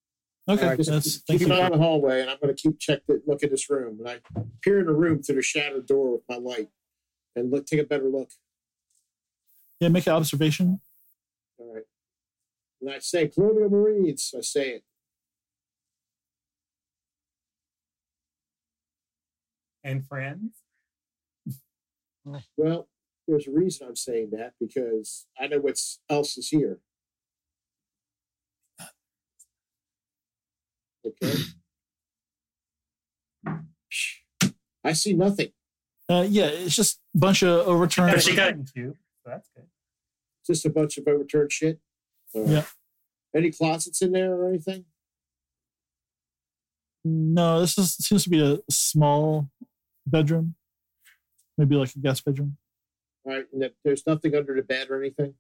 I: Okay.
F: All right,
I: that's,
F: just
I: thank
F: keep an
I: you.
F: eye on the hallway, and I'm going to keep check the, look at this room. And I peer in the room through the shattered door with my light and look, take a better look.
I: Yeah, make an observation.
F: All right. And I say, Colonial Marines. I say it.
K: and friends.
F: Well, there's a reason I'm saying that because I know what else is here. Okay. I see nothing.
I: Uh, yeah, it's just a bunch of
K: No,
I: overturned.
K: she got you. So that's good.
F: Just a bunch of overturned shit. All right.
I: Yeah.
F: Any closets in there or anything?
I: No, this is, seems to be a small bedroom, maybe like a guest bedroom.
F: All right. And that there's nothing under the bed or anything.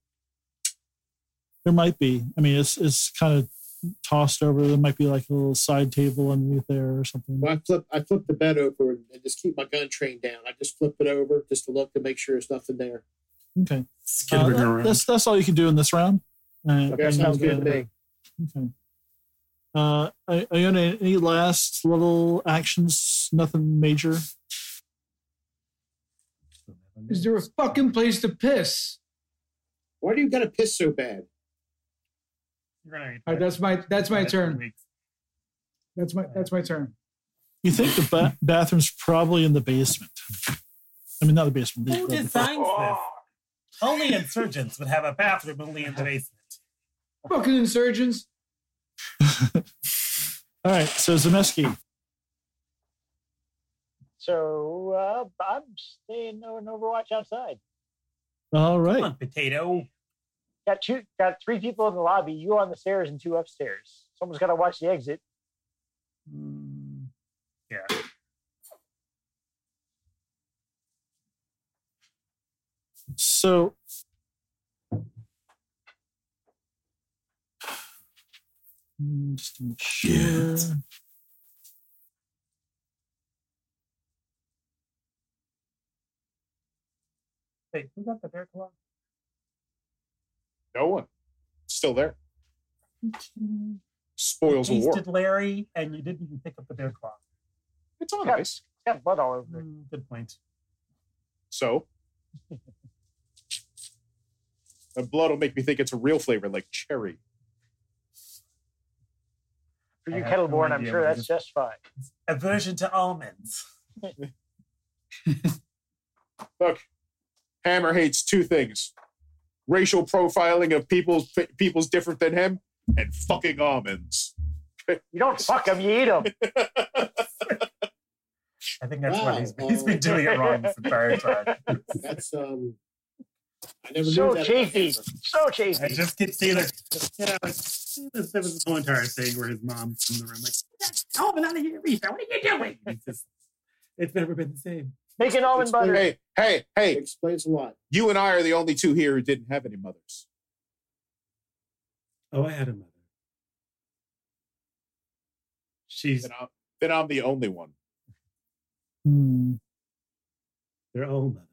I: There might be. I mean, it's it's kind of tossed over. There might be like a little side table underneath there or something.
F: Well, I flip I flip the bed over and, and just keep my gun trained down. I just flip it over just to look to make sure there's nothing there.
I: Okay,
C: Skid
I: Uh,
C: ring around.
I: that's that's all you can do in this round. Uh,
F: Okay, sounds good to
I: and,
F: me.
I: uh, Okay. Uh, I- Iona, any last little actions? Nothing major.
E: Is there a fucking place to piss?
F: Why do you gotta piss so bad?
K: You're gonna be
E: All right, that's my that's my
K: dead in
E: turn.
K: weeks.
E: That's my that's my turn.
I: You think the ba- bathroom's probably in the basement? I mean, not the basement. the-
K: Who
I: the-
K: designs this? Only insurgents would have a bathroom only in the basement.
E: Fucking insurgents.
I: all right. So Zemeski,
D: So uh, I'm staying over in Overwatch outside.
I: all
K: Come
I: right.
K: on, potato.
D: Got two, got three people in the lobby. You on the stairs and two upstairs. Someone's got to watch the exit.
K: Mm, Yeah.
I: So Mm, just to make sure.
K: Wait, who got the bear claw?
G: No one. Still there. Spoils of war.
K: Tasted Larry, and you didn't even pick up the bear claw.
G: It's on
D: Yeah.
G: ice.
D: It's got blood all over it.
K: Mm, Good point.
G: So. The blood will make me think it's a real flavor, like cherry.
D: For
M: I
D: you
M: have no
D: kettleborn, I'm
M: idea
D: sure
M: what
D: that's
M: this-
D: just fine.
M: Aversion to almonds.
G: Hammer hates two things: racial profiling of people's people's different than him, and fucking almonds.
D: You don't fuck them, you eat them.
M: I think that's
N: Wow.
M: what he's, he's been doing it wrong this entire time.
N: That's um. I never knew
D: So
N: that.
D: chafy. So
K: I
D: chafy.
K: just get Taylor. Yeah, like, this, there was this whole entire thing where his mom's in the room, like, Alvin, out of here, Rita, what are you doing? It's, just, it's never been the same.
D: Making almond butter.
G: Hey, hey,
N: It
G: hey!
N: explains a lot.
G: You and I are the only two here who didn't have any mothers.
K: Oh, I had a mother. She's,
G: Then I'm, then I'm the only one.
I: Hmm.
K: they're all mothers.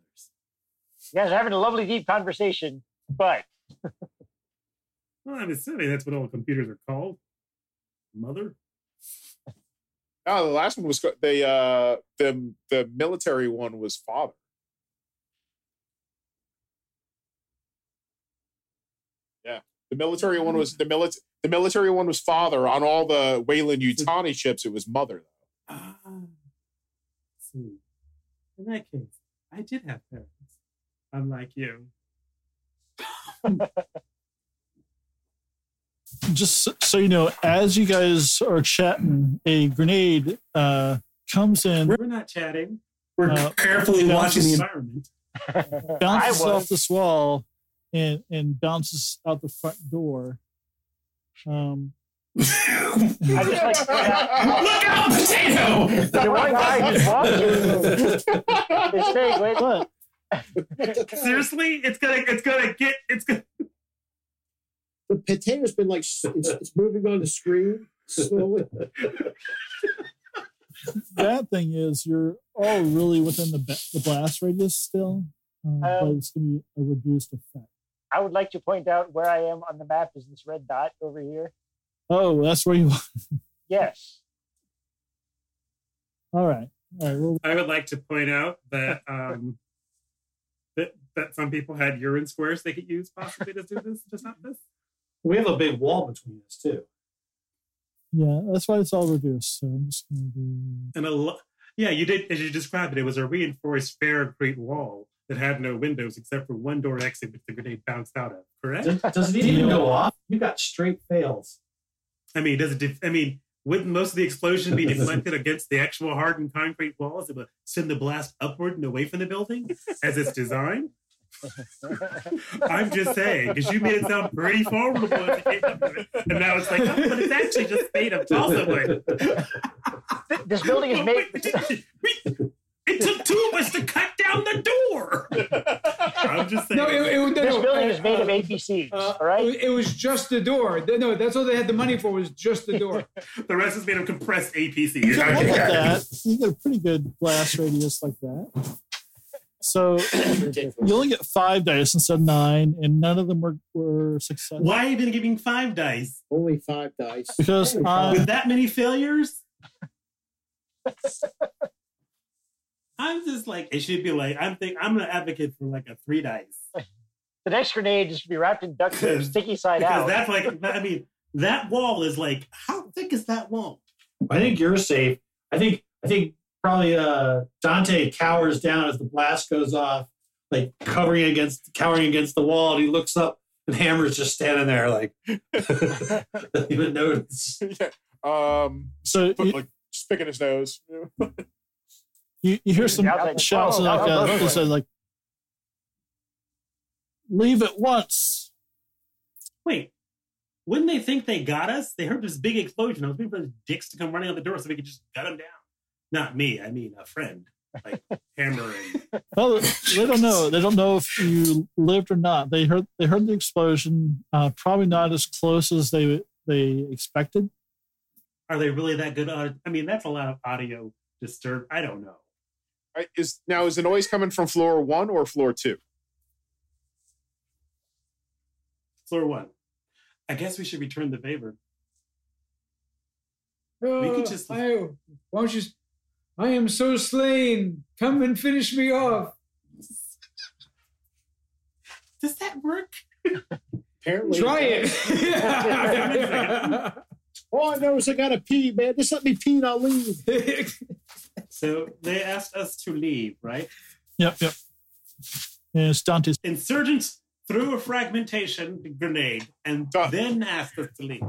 D: You guys are having a lovely deep conversation, but
K: Well, I'm assuming that's what all computers are called. Mother?
G: Oh, the last one was co- the uh, the the military one was father. Yeah, the military one was the military. The military one was father. On all the Wayland Utani ships, it was mother.
K: Ah. see. In that case, I did have parents. Unlike you.
I: just so- so you know, as you guys are chatting, a grenade uh, comes in,
K: We're not chatting.
I: We're
F: We're
I: Uh,
F: carefully
I: yeah.
F: watching the
K: environment.
D: I
I: bounces off
D: was.
I: this wall, and and bounces out the front door. Um,
D: I just like to point out
F: Look out, potato!
D: the one guy just walked through his thing. Wait,
I: but
K: Seriously? It's gonna it's gonna get it's gonna
N: The potato's been like s- it's, it's moving on the screen slowly.
I: bad thing is, you're all really within the ba- the blast radius still, uh, but
F: Um,
I: it's gonna be a reduced effect.
D: I would like to point out where I am on the map is this red dot over here.
I: Oh, that's where you. are.
D: Yes.
I: All right, all right. Well,
K: I would like to point out that um that that some people had urine squares they could use possibly to do this, to stop this.
F: We have a big wall between us, too.
I: yeah, that's why it's all reduced. So I'm just gonna do.
K: And a lo- yeah, you did as you described it. It was a reinforced ferrocrete wall that had no windows except for one door exit, which the grenade bounced out of. Correct?
F: Does, does it even go off? You got straight fails.
K: I mean, does it? Def- I mean, wouldn't most of the explosion be deflected against the actual hardened concrete walls? It would send the blast upward and away from the building as it's designed. I'm just saying because you made it sound pretty formidable, as you came up with it. and now it's like, oh, but it's actually just made of balsa wood.
D: Th- This building is made.
K: It took two of us to cut down the door. I'm just saying.
E: No, it, it, no,
D: This
E: no,
D: building
E: uh,
D: is made of
E: uh,
D: APCs.
E: uh,
D: All right.
E: It was just the door. They- No, that's all they had the money for was just the door.
K: the rest is made of compressed APC.
I: You got one like that. You get a pretty good blast radius like that. So you only get five dice instead of nine, and none of them were, were successful.
K: Why even giving five dice
N: Only five dice.
I: Because
K: with
I: I,
K: that many failures? I'm just like it should be like I'm think I'm gonna advocate for like a three dice
D: The next grenade is to be wrapped in duct tape,
K: Because-
D: sticky side
K: because
D: out.
K: that's like I mean that wall is like how thick is that wall?
F: I think you're safe. I think I think probably uh, Dante cowers down as the blast goes off, like covering against cowering against the wall, and he looks up and Hammer's just standing there like doesn't even notice.
G: Um,
I: so
G: put,
I: you,
G: like just picking his nose.
I: you, you hear some
D: Yeah, I was like,
I: shouts
D: oh,
I: like
D: oh,
I: that.
D: oh,
I: They said like, "Leave at once."
K: Wait, wouldn't they think they got us? They heard this big explosion. I was waiting for those dicks to come running out the door so we could just gut them down. Not me, I mean a friend, like Hammer and
I: Well, they don't know. They don't know if you lived or not. They heard they heard the explosion. Uh, probably not as close as they they expected.
K: are they really that good? au- I mean, that's a lot of audio disturb. I don't know.
G: Right, Is now is the noise coming from floor one or floor two?
K: Floor one. I guess we should return the favor. We could just-
E: Oh, I, why don't you? s- I am so slain. Come and finish me off.
K: Does that work?
N: Apparently,
E: Try
N: it does.
E: it.
N: Oh,
O: All I know is I gotta pee, man. Just let me pee and I'll leave.
K: So they asked us to leave, right?
I: Yep, yep. And it's Dante's.
K: Insurgents threw a fragmentation grenade and
G: Ah.
K: then asked us to leave.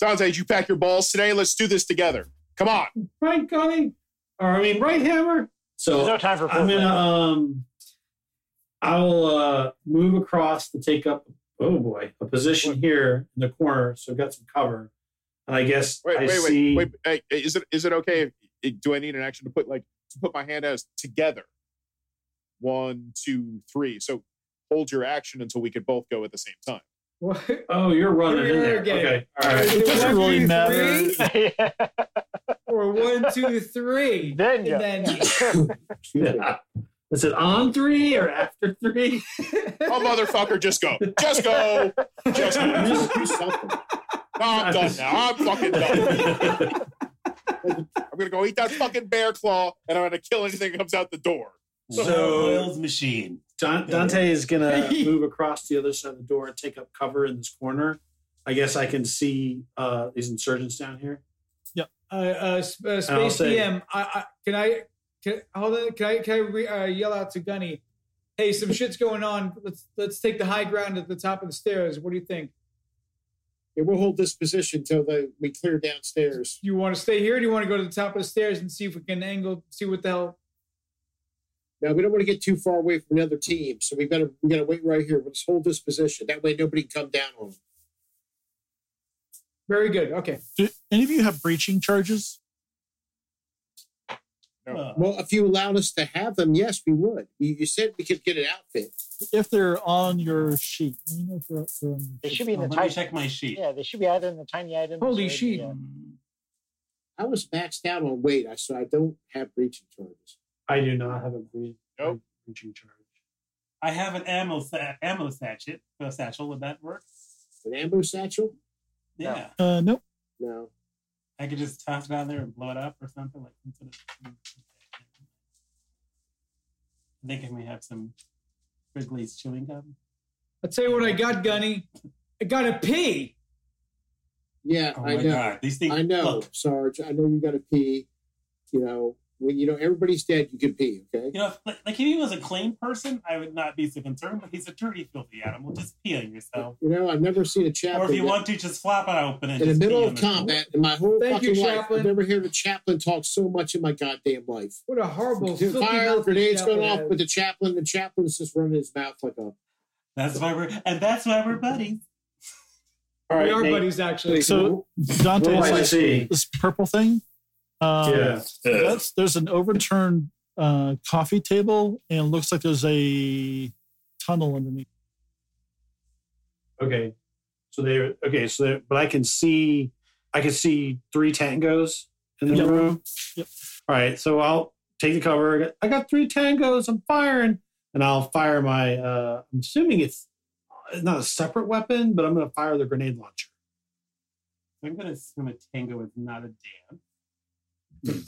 G: Dante, did you pack your balls today? Let's do this together. Come on.
F: Right, Gunny? Or I mean, right hammer? So
D: There's no time for
F: I'm
D: foreplay.
F: gonna um, I will uh move across to take up. Oh boy, a position here in the corner, so I've got some cover. And I guess
G: Wait,
F: I
G: wait, wait,
F: see.
G: wait. Hey, is it is it okay? If, if- do I need an action to put like to put my hand as together? One, two, three. So hold your action until we could both go at the same time.
E: What?
F: Oh, you're running
E: Here we
F: in
E: are
F: there.
E: again.
F: Okay, all right.
E: Is
I: It doesn't
E: one,
I: really
E: two,
I: matter.
F: uh,
E: three? Or one, two, three.
D: Then
E: And
D: go.
E: then
F: Yeah. Is it on three or after three?
G: Oh motherfucker, just go, just go, just go.
O: Just do something.
G: No, I'm done now. I'm fucking done. I'm gonna go eat that fucking bear claw, and I'm gonna kill anything that comes out the door.
F: so
K: Oil's machine.
F: Don- Dante is gonna move across the other side of the door and take up cover in this corner. I guess I can see uh, these insurgents down here.
E: uh, uh, s- uh,
F: I'll
E: Space
F: say-
E: PM. I, I, can I? Can, hold on. Can I? Can I re, uh, yell out to Gunny? Hey, some shit's going on. Let's let's take the high ground at the top of the stairs. What do you think?
O: Yeah, we'll hold this position till they, we clear downstairs.
E: Do you want to stay here? Or do you want to go to the top of the stairs and see if we can angle? See what the hell?
O: Now we don't want to get too far away from the other team, so we better we gotta wait right here. Let's hold this position. That way nobody can come down on them.
E: Very good. Okay.
I: Do any of you have breaching charges?
K: Uh,
O: Well, if you allowed us to have them, yes, we would. You, you said we could get an outfit.
I: If they're on your sheet, Let me know if they're- they're on
D: They
I: your
D: should
I: sheet.
D: be in the
K: let me
D: tiny.
K: check my sheet.
D: Yeah, they should be either in the tiny items.
E: Holy
D: or the,
E: shit.
D: uh,
O: I was maxed out on weight, I so I don't have breaching charges.
F: I do not have a breathing
G: Nope.
F: breaching charge.
K: I have an ammo sa- ammo satchel. Uh, satchel would that work?
O: An ammo satchel?
K: Yeah,
I: Uh, nope.
O: No.
K: I could just toss it out there and blow it up or something like. some sort of- I'm thinking we have some Wrigley's chewing gum.
E: I'll tell you what I got, Gunny. I got a pee.
O: Yeah,
K: Oh
O: I
K: my
O: know.
K: god, these things.
O: I know,
K: Look,
O: Sarge. I know you got to pee. You know, when you know everybody's dead, you can pee. Okay.
K: you know, if, like if he was a clean person, I would not be so concerned. But he's a dirty, filthy animal. Just pee on yourself,
O: You know, I've never seen a chaplain
K: or if you
O: that-
K: want to, just flop it open and
O: in the
K: just pee
O: middle
K: on
O: of
K: floor.
O: combat in my whole
E: Thank
O: fucking
E: you,
O: life.
E: chaplain.
O: I've never heard a chaplain talk so much in my goddamn life.
E: What a horrible
O: The
E: filthy
O: fire
E: mouth
O: grenades
E: that
O: going
E: one
O: off
E: has.
O: with the chaplain. The chaplain's just running his mouth like a.
K: That's why we're and that's why we're buddies.
F: All
E: We
F: right,
E: are
F: Nate,
E: buddies, actually.
I: So
F: what
I: Dante
F: do
I: is
F: I
I: like
F: see?
I: this purple thing. Um,
F: yeah,
I: That's there's an overturned uh, coffee table and it looks like there's a tunnel underneath.
F: okay. So they okay. So they but I can see, I can see three tangos in the
I: Yep.
F: room.
I: Yep.
F: All right, so I'll take the cover. I got, I got three tangos. I'm firing, and I'll fire my. uh I'm assuming it's not a separate weapon, but I'm going to fire the grenade launcher.
K: So I'm gonna assume a tango is not a dam.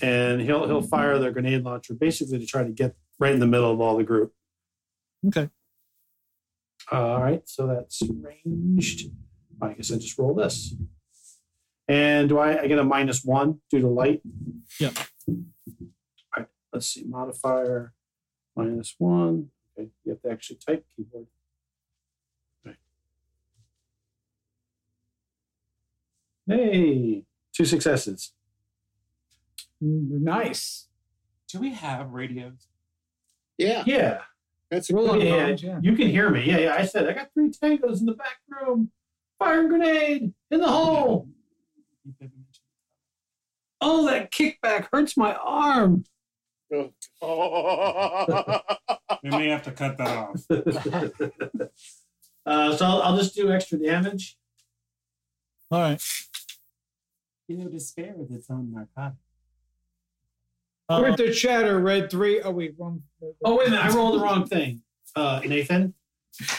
F: and he'll he'll fire the grenade launcher basically to try to get right in the middle of all the group.
I: Okay.
F: All right, so that's ranged. I guess I just roll this. And do I, I get a minus one due to light?
I: Yep.
F: All right, let's see. Modifier minus one. Okay, you have to actually type keyboard. Right. Hey, two successes.
E: Mm, nice.
K: Do we have radios?
O: Yeah,
F: Yeah.
O: that's a
E: Roll
O: good.
E: on
F: Yeah.
E: knowledge, yeah.
F: You can hear me. Yeah, yeah. I said I got three tangos in the back room. Firing grenade in the hole.
K: You didn't mention
F: Oh, that kickback hurts my arm.
K: it. We may have to cut that off.
F: Uh, so I'll, I'll just do extra damage.
I: All right.
K: You know, despair is its own narcotic.
I: Um,
E: With the chatter, red three. Oh wait, wrong.
F: Uh, Oh wait a minute, I rolled the wrong thing. Uh, Nathan,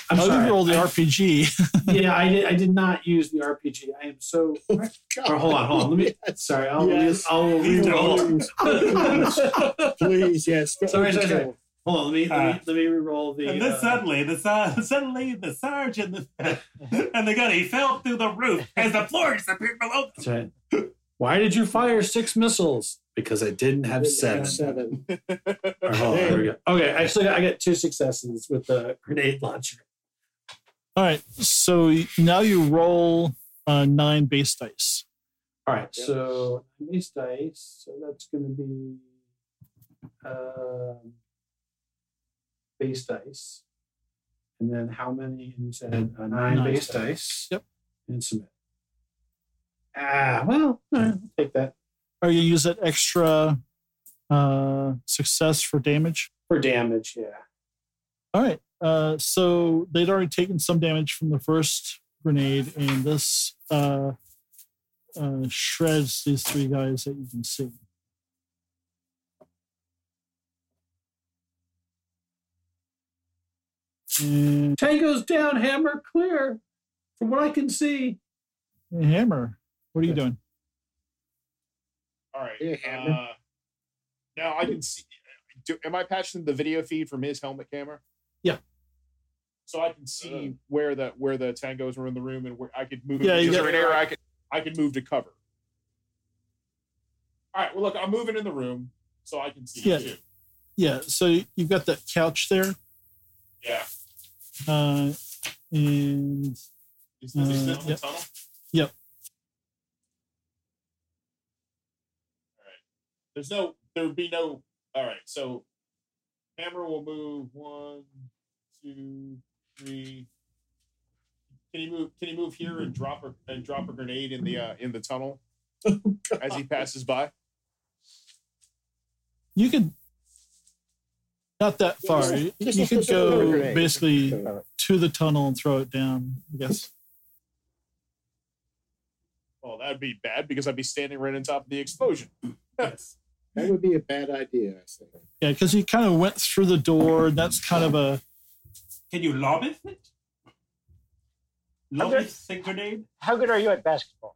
F: I'm
I: I'll
F: sorry.
I: roll Oh, the
F: I-
I: RPG.
F: yeah, I did. I did not use the RPG. I am so. Or hold on, hold on. Let me. Sorry, I'll.
O: Yes.
F: I'll.
O: Please,
F: re-roll.
O: please, yes.
F: Sorry, sorry, sorry.
P: Hold on, let me let me, let me re-roll the.
H: And then
P: uh,
H: suddenly, the ser- suddenly the surge in the and the gun he fell through the roof as the floor disappeared below.
P: That's right. Why did you fire six missiles? Because I didn't have seven.
F: seven.
P: All right, hold on, there we go. Okay, actually, I got two successes with the grenade launcher.
I: All right. So y- now you roll uh, nine base dice.
P: All right, so these dice. So that's going to be um, base dice, and then how many? And you said uh, nine,
I: Nine
P: base
I: dice.
P: dice.
I: Yep.
P: And submit. Ah, well, all right, I'll take that
I: Are Oh, you use that extra uh, success for damage?
P: for damage. Yeah.
I: All right. Uh, so they'd already taken some damage from the first grenade, and this uh, uh, shreds these three guys that you can see. And
P: Tango's down. Hammer clear. From what I can see.
I: hammer, what are you doing?
G: All right.
F: Yeah, Hammer.
G: Uh, now I can see. Do, am I patching the video feed from his helmet camera?
I: Yeah.
G: So I can see where the where the tangos were in the room and where I could move.
I: Yeah, you
G: is
I: got-
G: there an area I could I could move to cover? All right. Well, look, I'm moving in the room so I can see
I: Yeah.
G: you.
I: Yeah. So you've got that couch there,
G: Yeah.
I: uh, and
G: Is, is he still
I: Uh,
G: in
I: yeah.
G: the tunnel?
I: Yep.
G: All right. There's no. There would be no. All right. So, hammer will move one, two, three. Can he move? Can he move here and drop a and drop a grenade in the uh, in the tunnel
I: Oh,
G: as he passes by?
I: you could not that
F: Yeah,
I: far.
F: just a-
I: You,
F: just
I: you
F: a-
I: could
F: just a little
I: go
F: grenade.
I: basically to the tunnel and throw it down. I guess.
G: Well, that'd be bad because I'd be standing right on top of the explosion.
F: That would be a bad idea, I think.
I: Yeah, because you kind of went through the door, and that's kind of a
K: Can you lob it? Lob
D: Okay.
K: it, the grenade?
D: How good are you at basketball?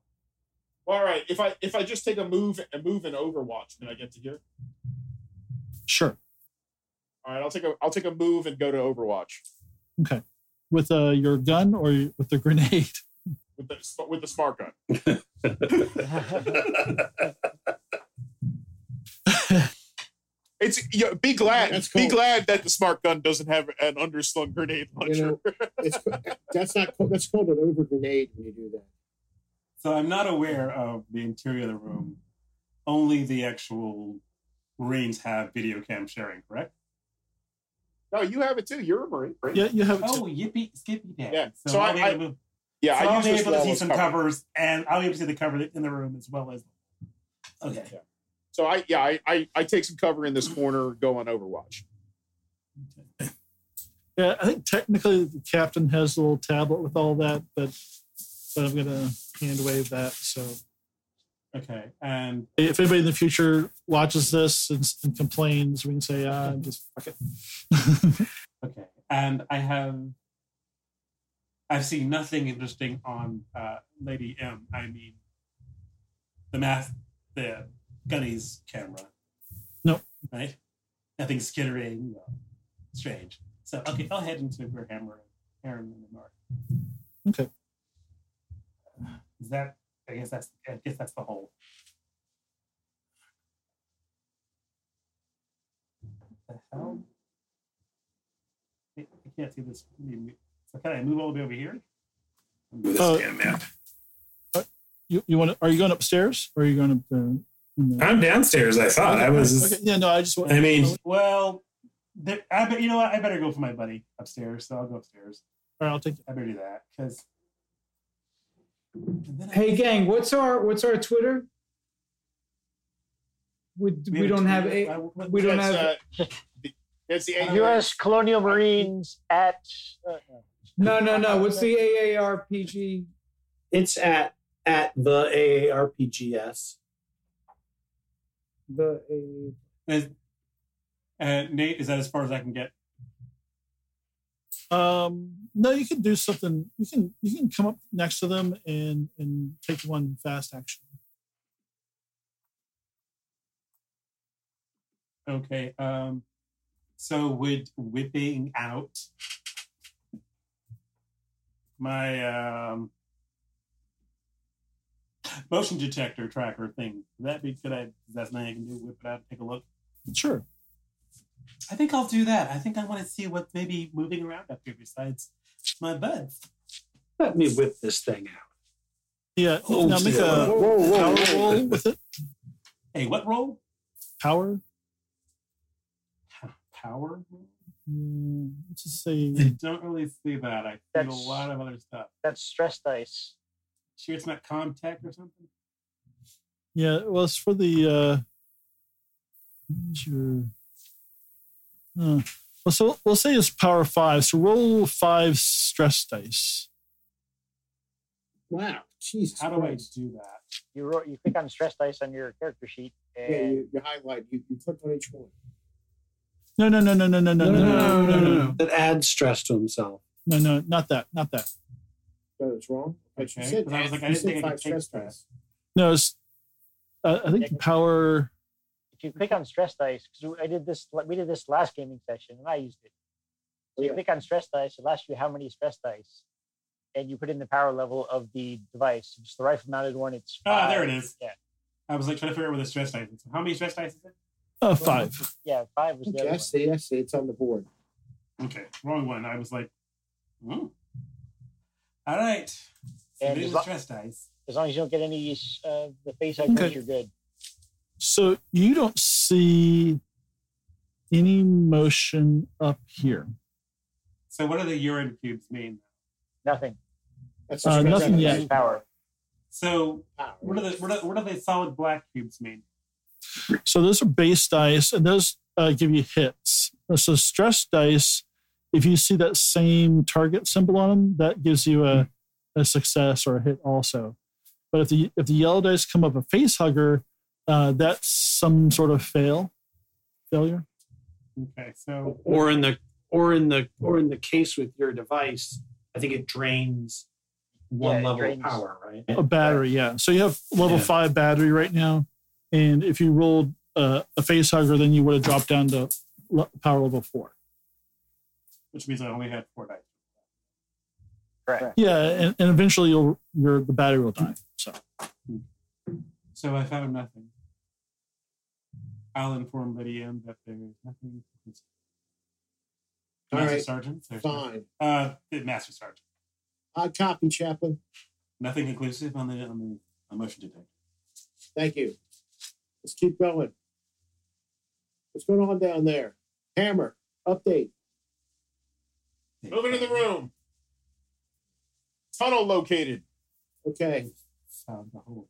G: All right. If I if I just take a move a move in Overwatch, can I get to here?
I: sure
G: All right. I'll take a I'll take a move and go to Overwatch
I: with uh, your gun or with the grenade.
G: with the sp- with the smart gun. It's yeah, be glad.
F: That's
G: Be
F: cool.
G: glad that the smart gun doesn't have an underslung grenade launcher.
F: You know, it's, that's not called, that's called an over grenade when you do that.
K: So I'm not aware of the interior of the room. Only the actual Marines have video cam sharing, correct?
G: no, you have it too. You're a marine. right?
I: Yeah, you have.
K: Oh, yippee, skippy dad.
G: Yeah,
K: So,
G: so
K: I'll
G: I-
K: be
G: I-
K: able to,
G: Yeah,
K: so
G: I
K: I'll
G: use
K: be
G: this
K: able to
G: wall
K: see
G: as
K: some
G: cover.
K: covers, and I'll be able to see the cover in the room as well as. Okay.
G: So I yeah I, I I take some cover in this corner. Go on Overwatch.
I: Yeah, I think technically the captain has a little tablet with all that, but but I'm gonna hand wave that. So
K: Okay. And
I: if anybody in the future watches this and, and complains, we can say, "Ah, just fuck it."
K: Okay, and I have. I've seen nothing interesting on uh, Lady M. I mean, the math, the Gunny's camera.
I: No.
K: Right? Nothing skittering. No. Strange. So, okay, I'll head into where Hammer Aaron and the Mark.
I: Okay.
K: Is that, I guess that's, I guess that's the whole. What the hell? I I can't see this. So can I move all the way over here?
H: This
I: Uh,
H: damn map.
I: You you want? to? Are you going upstairs or are you going up? Uh, in the-
H: I'm downstairs. I thought I was.
I: Okay, Yeah, no, I just. wa-
H: I mean,
K: Well, there, I bet you know what. I better go for my buddy upstairs. So I'll go upstairs.
I: All right, I'll take.
K: I better do that because.
E: Hey gang, what's our what's our Twitter? We, we don't have a we don't
G: That's,
E: have
G: uh, the- that's the AU.
D: U.S. Colonial Marines at. Uh, no.
E: no no no. What's the AARPG?
P: It's at at the AARPGS.
E: The A
K: Is- uh, Nate, is that as far as I can get?
I: Um, no, you can do something. You can you can come up next to them and and take one fast action.
K: Okay. Um, So would whipping out my um, motion detector tracker thing would that be could I? That's nothing I can do. Whip it out, and take a look.
I: Sure.
K: I think I'll do that. I think I want to see what's maybe moving around up here besides my buds.
P: Let me whip this thing out.
I: Yeah.
P: Oh,
I: now make a
P: whoa, whoa, whoa,
I: power
P: whoa.
I: roll with it.
K: Hey, what roll?
I: Power.
K: Power?
I: Mm, let's just say
K: I don't really see that. I see a
D: That's-
K: lot of other stuff.
D: That's stress dice.
K: Sure, it's not Comtech or something.
I: Yeah, well, it's for the uh, what's your. Uh, well, so we'll say it's power five. So roll five stress dice.
F: Wow. Jesus.
K: How do I
F: Christ.
K: do that?
D: You ro- you click on stress dice on your character sheet, and
F: Yeah, you, you highlight, you, you click on each one.
I: No, no, no, no, no, no, no, no, no, no, no, no,
P: That adds stress to himself.
I: no, no, not that, not that.
F: No, it's wrong. But you
K: Okay,
F: said,
K: 'cause I was like, I
F: you
K: didn't
F: said
K: think I could
F: five
K: take
F: stress
K: stress.
F: tests.
I: No, it's. Uh, I think the power.
D: if you click on stress dice, because I did this, we did this last gaming session, and I used it. So you
F: Yeah.
D: click on stress dice, it asks you how many stress dice, and you put in the power level of the device. If it's the rifle-mounted one, it's
K: Ah,
D: five.
K: there it is.
D: Yeah,
K: I was like trying to figure out where the stress dice is. How many stress dice is it?
I: Uh, five.
D: yeah, five was the
F: Okay,
D: other
F: I
D: one.
F: see, I see. It's on the board.
K: Okay, wrong one. I was like, hmm. All right.
D: And
K: Maybe
D: as
K: the
D: lo-
K: stress dice.
D: As long as you don't get any uh, the face icons,
I: Okay.
D: you're good.
I: So you don't see any motion up here.
K: So what do the urine cubes mean?
D: Nothing.
F: That's
I: Uh,
F: stress
I: nothing
F: test.
I: yet.
D: Power.
K: So
F: Power.
K: what are the what are, what are the solid black cubes mean?
I: So those are base dice, and those uh, give you hits. Uh, So stress dice, if you see that same target symbol on them, that gives you a, a success or a hit also. But if the if the yellow dice come up a face hugger, uh, that's some sort of fail, failure.
K: Okay, so
P: Or in the or in the or in the case with your device, I think it drains one
D: Yeah, it
P: level
D: drains.
P: of power, right?
I: A battery, yeah. So you have level
P: Yeah.
I: five battery right now, and if you rolled uh, a face hugger, then you would have dropped down to le- power level four.
K: which means I only had four dice.
D: Correct.
I: Yeah, and, and eventually you'll your the battery will die. So.
K: So I found nothing. I'll inform Lydia M that there is nothing.
F: All
K: Master
F: right.
K: Sergeant. there's no-
F: Fine.
K: Uh, the Master Sergeant.
F: Odd copy, Chaplain.
K: Nothing conclusive on the on the on motion detector.
F: Thank you. Let's keep going. What's going on down there? Hammer, update.
G: Move into the room. Tunnel located.
F: Okay.
K: Found the hole.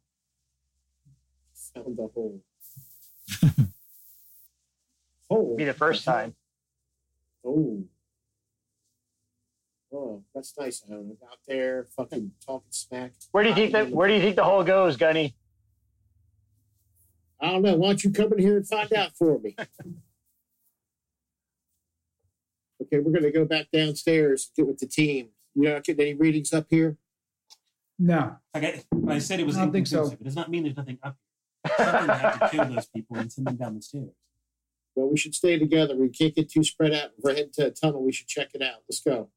F: Found the hole. hole.
D: Be the first time.
F: Oh. Oh, that's nice. I don't know. Out there, fucking talking smack.
D: Where do you think that? Where do you think the hole goes, Gunny?
F: I don't know. Why don't you come in here and find out for me? okay, we're going to go back downstairs and get with the team. You're not getting any readings up here?
E: No.
K: Okay, but I said it was
E: I don't think so.
K: inconclusive. It does not mean there's nothing up. here. Something had to kill those people and send them down the stairs.
F: Well, we should stay together. We can't get too spread out. If we're heading to a tunnel, we should check it out. Let's go.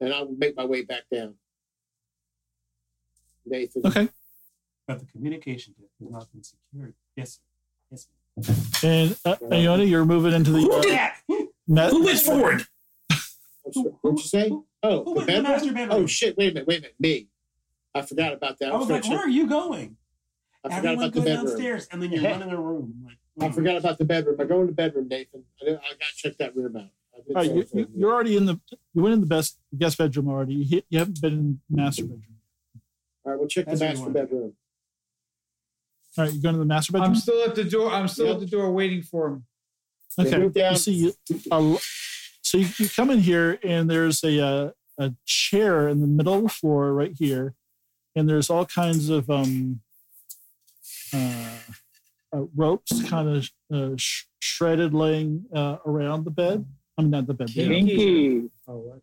F: And I'll make my way back down. Nathan.
I: Okay.
K: But the communication disk has not been secured. Yes, sir. Yes, ma'am.
I: And uh, Iona, you're moving into the.
P: Who did
I: Uh,
P: that?
I: net.
P: Who went forward?
F: I'm sorry. What'd you say? Oh,
K: Who
F: the
K: went to the
F: bedroom?
K: master bedroom?
F: Oh, shit. Wait a minute. Wait a minute. Me. I forgot about that.
K: I was like,
F: fortunate.
K: where are you going?
F: I forgot
K: Everyone
F: about the
K: go
F: bedroom.
K: downstairs and then you
D: Yeah.
K: run in the room. Like,
F: I
K: mm.
F: forgot about the bedroom. I go in the bedroom, Nathan. I, didn't- I got to check that room out. I did
I: All right,
F: say
I: you,
F: so.
I: you- you're already in the. You went in the best guest bedroom already. You, hit, you haven't been in the master bedroom.
F: All right, we'll check the
K: That's what you
F: master
K: wanna do.
F: bedroom.
I: All right, you going to the master bedroom.
E: I'm still at the door. I'm still at the door waiting for him.
I: okay.
F: Move down.
I: You see, you, a l- so you, you come in here, and there's a uh, a chair in the middle of the floor right here, and there's all kinds of um, uh, uh, ropes, kind of uh, sh- shredded, laying uh, around the bed. I mean, not the bed. the, uh,
E: Oh, what?
D: It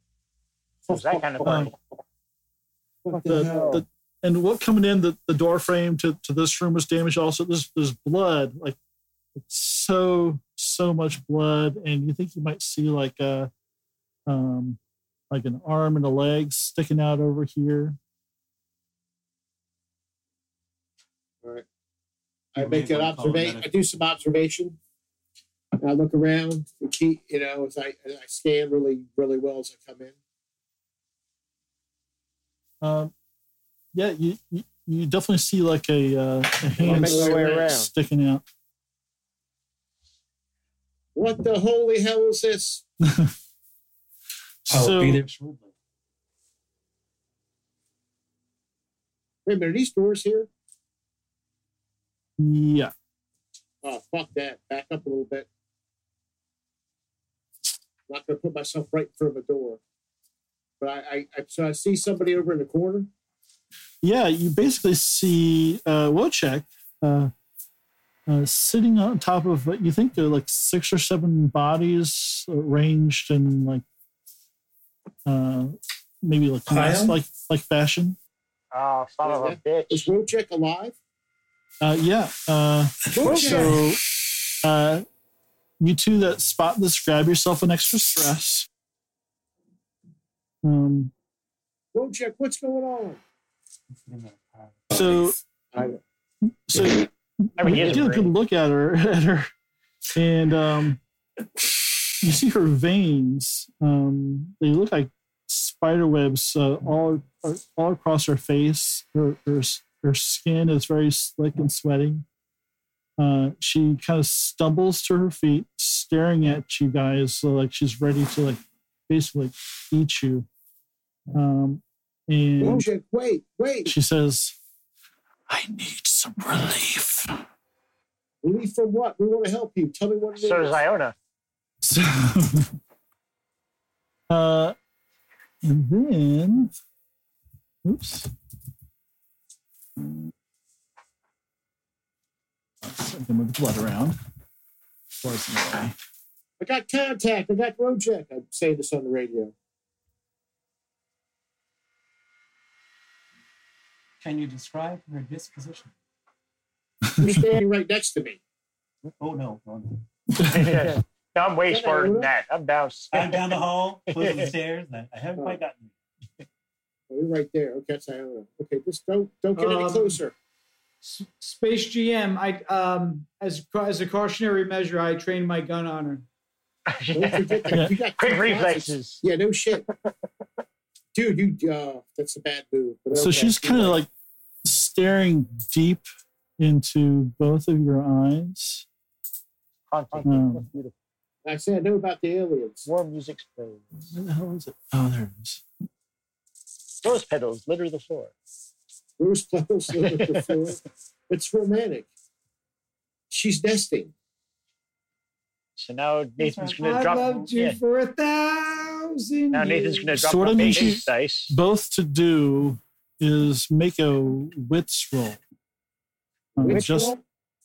D: was that kind of party.
F: What
I: the,
F: the hell?
I: the- and what coming in the, the door frame to, to this room was damaged also there's there's blood like so so much blood, and you think you might see like a um, like an arm and a leg sticking out over here.
F: All right. I make an observation. I do some observation. I look around and keep, you know, as I, as I scan really, really well as I come in.
I: Um, yeah, you, you you definitely see like a, uh, a hand
F: make my way around.
I: sticking out.
F: What the holy hell is this?
I: I'll So- Oh, be there
F: shortly. Wait a minute, are these doors here?
I: Yeah.
F: Oh, fuck that. Back up a little bit. I'm not going to put myself right in front of a door. But I, I, I, so I see somebody over in the corner.
I: yeah, you basically see uh, Wojciech uh, uh, sitting on top of what you think are like six or seven bodies arranged in like uh, maybe like mass,
D: Pile?
I: like like fashion.
D: Oh, son of a bitch.
F: Is Wojcik alive?
I: Uh, yeah. Uh, so uh, you two that spot this, grab yourself an extra stress. Um,
F: Wojcik, what's going on?
I: so so you
D: Every year's
I: get a good
D: great.
I: look at her at her and um you see her veins um they look like spider webs uh, all all across her face her, her her skin is very slick and sweaty uh she kind of stumbles to her feet staring at you guys so like she's ready to like basically eat you um and
F: Wojcik, wait, wait.
I: she says, I need some relief.
F: Relief from what? We want to help you. Tell me what it is.
D: So does Iona.
I: So, uh, and then, oops. I can move the blood around. Or it's in the way.
F: I got contact. I got Wojcik. I'm saying this on the radio.
K: Can you describe her disposition?
F: You're standing right next to me.
K: Oh no, no, no.
D: No, I'm way
F: Yeah,
D: smarter than
F: Iona.
D: that. I'm down.
K: I'm down the hall, close the stairs. I I haven't quite gotten.
F: Oh, you're right there. Okay, that's Iona. Okay, just don't don't get any
E: Um,
F: closer.
E: S- Space GM, I um as ca- as a cautionary measure, I trained my gun on her.
F: Don't forget that. You got
D: Quick
F: two glasses.
D: reflexes.
F: Yeah, no shit. Dude, you uh, that's a bad move. but
I: So
F: okay.
I: she's kind of like staring deep into both of your eyes.
D: Haunting.
I: Um,
D: Beautiful.
F: I said I know about the aliens.
D: More music's playing.
I: where the hell is it? Oh, there it is.
D: Rose petals litter the floor.
F: Rose petals litter the floor. It's romantic. She's nesting.
D: So now Nathan's
K: right.
D: gonna
E: I
D: drop.
E: loved you
D: yeah.
E: for a thousand.
D: Now Nathan's gonna
E: years.
D: drop
I: Sorta
D: a
I: means
D: basic
I: you-
D: dice.
I: both to do is make a wits roll. Um,
F: Wits
I: just,
F: roll?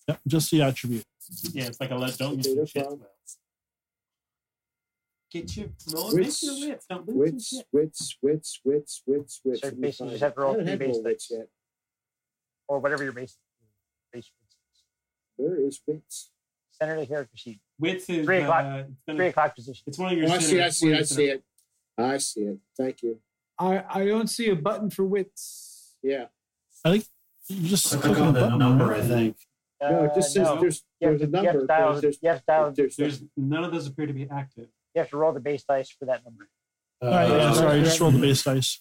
I: Yep, just the attribute.
K: Yeah, it's like a let don't use
F: Okay,
K: your
F: that's
K: shit.
F: fine.
K: Get your roll,
F: Wits.
K: make your wits. Don't lose
F: Wits,
K: your shit.
F: wits, wits, wits, wits, wits.
D: So
F: Let me
D: basically, you
F: find
D: just have to
F: it.
D: roll
F: I haven't
D: three
F: had
D: base
F: roll wits
D: dice.
F: yet.
D: or whatever your base, base
F: Where is wits?
D: center of the character sheet.
K: Wits is
D: Three o'clock-
K: uh, it's
D: Three
K: gonna-
D: o'clock position.
K: it's one of your.
F: Oh, I see,
K: center-
F: I see,
K: one of
F: I
K: your
F: see
K: center-
F: it. I see it. Thank you.
E: I I don't see a button for wits.
F: Yeah.
I: You just
P: So
I: click
P: click on
I: on the
P: the
I: button.
P: number,
I: right?
P: I think.
F: No, it just says
D: Uh, no. You have
F: there's there's a
D: to- you have to
F: number.
D: dial-
F: There's there's
D: you have to dial-
F: there's a-
K: There's none of those appear to be active.
D: You have to roll the base dice for that number.
P: Uh,
I: All right, yeah,
F: Uh,
I: sorry, just roll the base dice.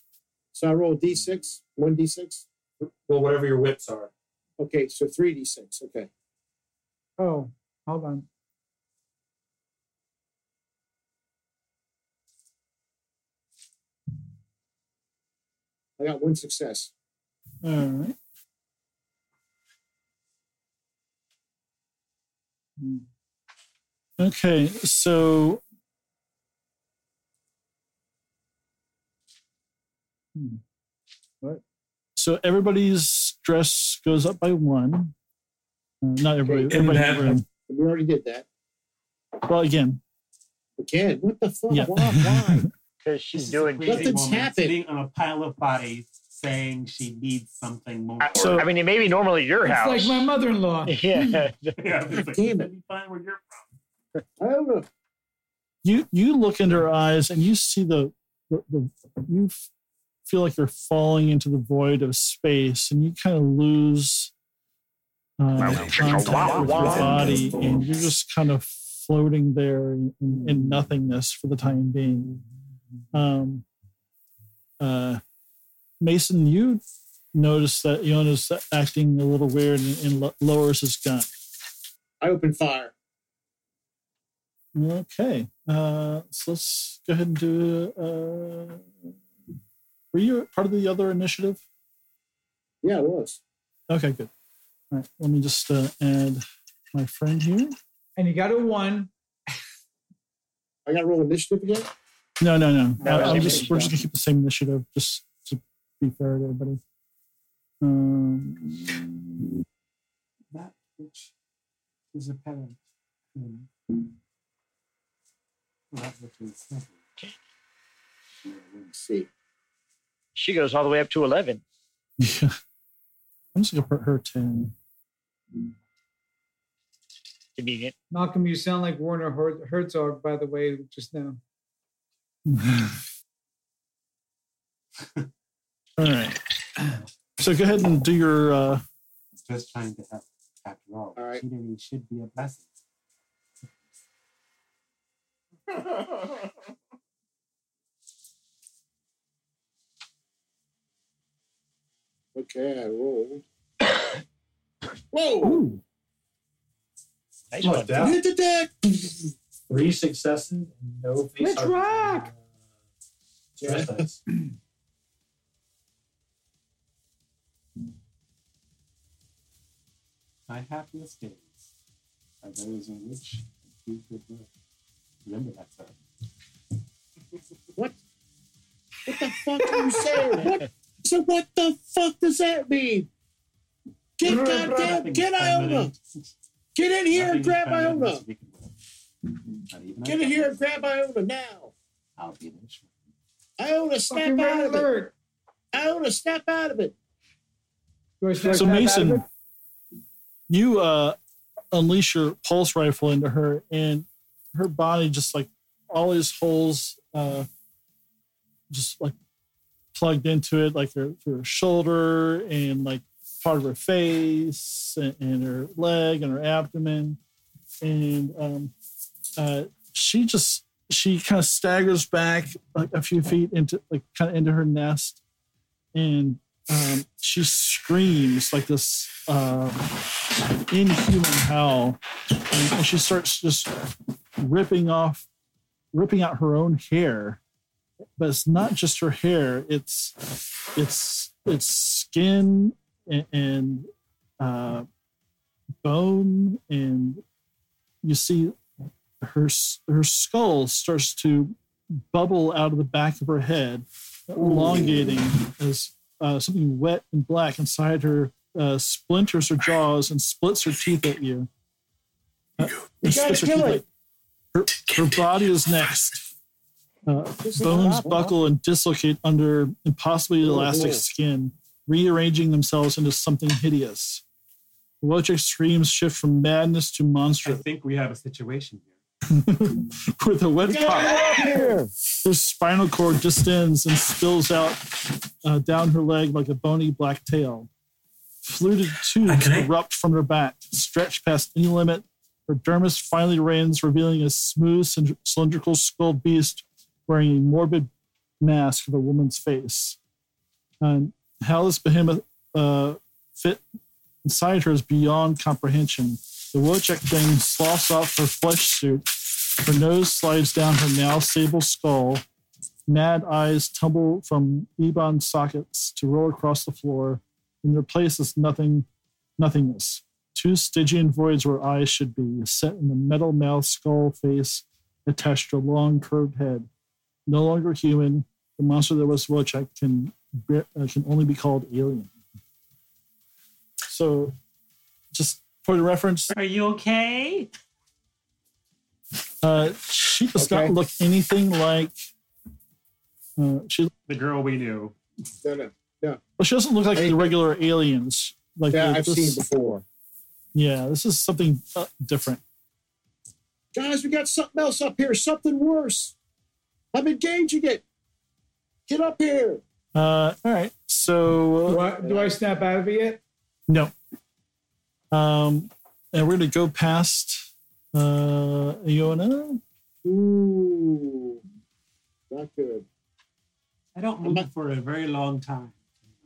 F: So I roll D six, one D six.
P: Well, whatever your whips are.
F: Okay, so three D six. Okay.
E: Oh, hold on.
F: I got one success.
I: All right. Okay, so. Hmm. What? So everybody's dress goes up by one. Uh, not everybody.
F: In
I: everybody in
H: that-
I: the room.
F: We already did that.
I: Well, again,
F: Again, what the fuck?
I: Yeah.
F: Why? Why?
D: Because she's
K: This is a
D: doing
K: crazy
F: Nothing's
K: woman
F: happened.
K: Sitting on a pile of bodies, saying she needs something more.
D: Uh, So, I mean, it may be normally your
E: It's
D: house.
E: like my mother-in-law.
D: yeah.
K: yeah, it's like,
F: Damn
K: let me find where you're from.
F: I don't know.
I: you you look into her eyes and you see the, the, the you f- feel like you're falling into the void of space and you kind of lose uh, contact with your body and you're just kind of floating there in, in nothingness for the time being um, uh, mason you notice that Yona's acting a little weird and, and lo- lowers his gun
F: I open fire.
I: Okay, uh, so let's go ahead and do. Uh, were you part of the other initiative?
F: Yeah, it was.
I: Okay, good. All right, let me just uh, add my friend here.
E: And you got a one.
F: I got to roll initiative again.
I: No, no, no.
D: No,
I: I- I'm
D: same
I: just, we're just
D: initiative.
I: gonna keep the same initiative, just to be fair to everybody. Um,
K: That which is apparent in that which is not.
F: Let's see.
D: She goes all the way up to 11.
I: yeah, I'm just gonna put her ten.
D: Convenient.
E: Malcolm, you sound like Warner Her- Herzog, by the way, just now.
I: All right. So go ahead and do your. Uh,
K: It's just trying to help. After all,
F: All right.
K: cheating should be a blessing.
F: Okay, I rolled. Whoa!
P: Ooh,
D: Nice
P: like
D: one.
P: that.
F: Hit the deck.
P: Three successes and no face.
E: Let's
P: hard-
E: rock!
P: Stress dice.
K: My happiest days are those in which I do good work. Remember that, sir.
F: What? What the fuck are you saying? What? So what the fuck does that mean? Get goddamn,
K: Nothing
F: get
K: is
F: Iona.
K: permanent.
F: Get in here and
K: Nothing is
F: grab
K: permanent
F: Iona.
K: unless we can work. Not even
F: Get
K: a
F: in here and
K: promise.
F: grab Iona now.
K: I'll be there shortly.
F: Iona,
E: Fucking
F: snap out
E: red
F: of it.
E: alert.
F: Iona, snap out of it.
E: You wanna snap
I: So
E: back out of
I: Mason,
E: it?
I: you uh, unleash your pulse rifle into her, and her body just like all these holes, uh, just like plugged into it, like her, her shoulder and like part of her face and, and her leg and her abdomen, and um, uh, she just she kind of staggers back like a few feet into like kind of into her nest, and um, she screams like this um inhuman howl, and, and she starts just ripping off, ripping out her own hair. But it's not just her hair; it's it's it's skin and, and uh, bone, and you see her s- her skull starts to bubble out of the back of her head, elongating as uh, something wet and black inside her uh, splinters her jaws and splits her teeth at you. Uh, and
F: gotta
I: splits her,
F: kill
I: teeth
F: it.
I: at- her, her body is next. Uh,
F: This is
I: bones
F: not-
I: buckle and dislocate under impossibly elastic
F: boy.
I: skin, rearranging themselves into something hideous. Wojcik screams shift from madness to
K: I
I: monstrous
K: think we have a situation here.
I: with a wet
F: Get
I: pop.
F: out of here.
I: Her spinal cord distends and spills out uh, down her leg like a bony black tail. Fluted tubes
H: Okay.
I: erupt from her back, stretch past any limit. Her dermis finally rends, revealing a smooth, cynd- cylindrical skulled beast wearing a morbid mask of a woman's face. And how this behemoth uh, fit inside her is beyond comprehension. The Wojcik thing sloughs off her flesh suit her nose slides down her now sable skull. Mad eyes tumble from ebon sockets to roll across the floor, and their place is nothing, nothingness. Two Stygian voids where eyes should be, set in the metal mouth skull face attached to a long curved head. No longer human, the monster that was Wojcik can be- uh, can only be called alien. So, just for the reference,
K: Are you okay?
I: Uh, she does
F: Okay.
I: not look anything like. Uh, she
K: The girl we knew.
F: No, no. Yeah.
I: Well, she doesn't look like the regular aliens. Like
F: Yeah,
I: the-
F: I've seen before.
I: Yeah, this is something uh, different.
F: Guys, we got something else up here, something worse. I'm engaging it. Get up here.
I: Uh, all right. So
E: Do I, do I snap out of it yet?
I: No. Um, and we're going to go past uh, Iona.
F: Ooh. Not good.
K: I don't move for a very long time.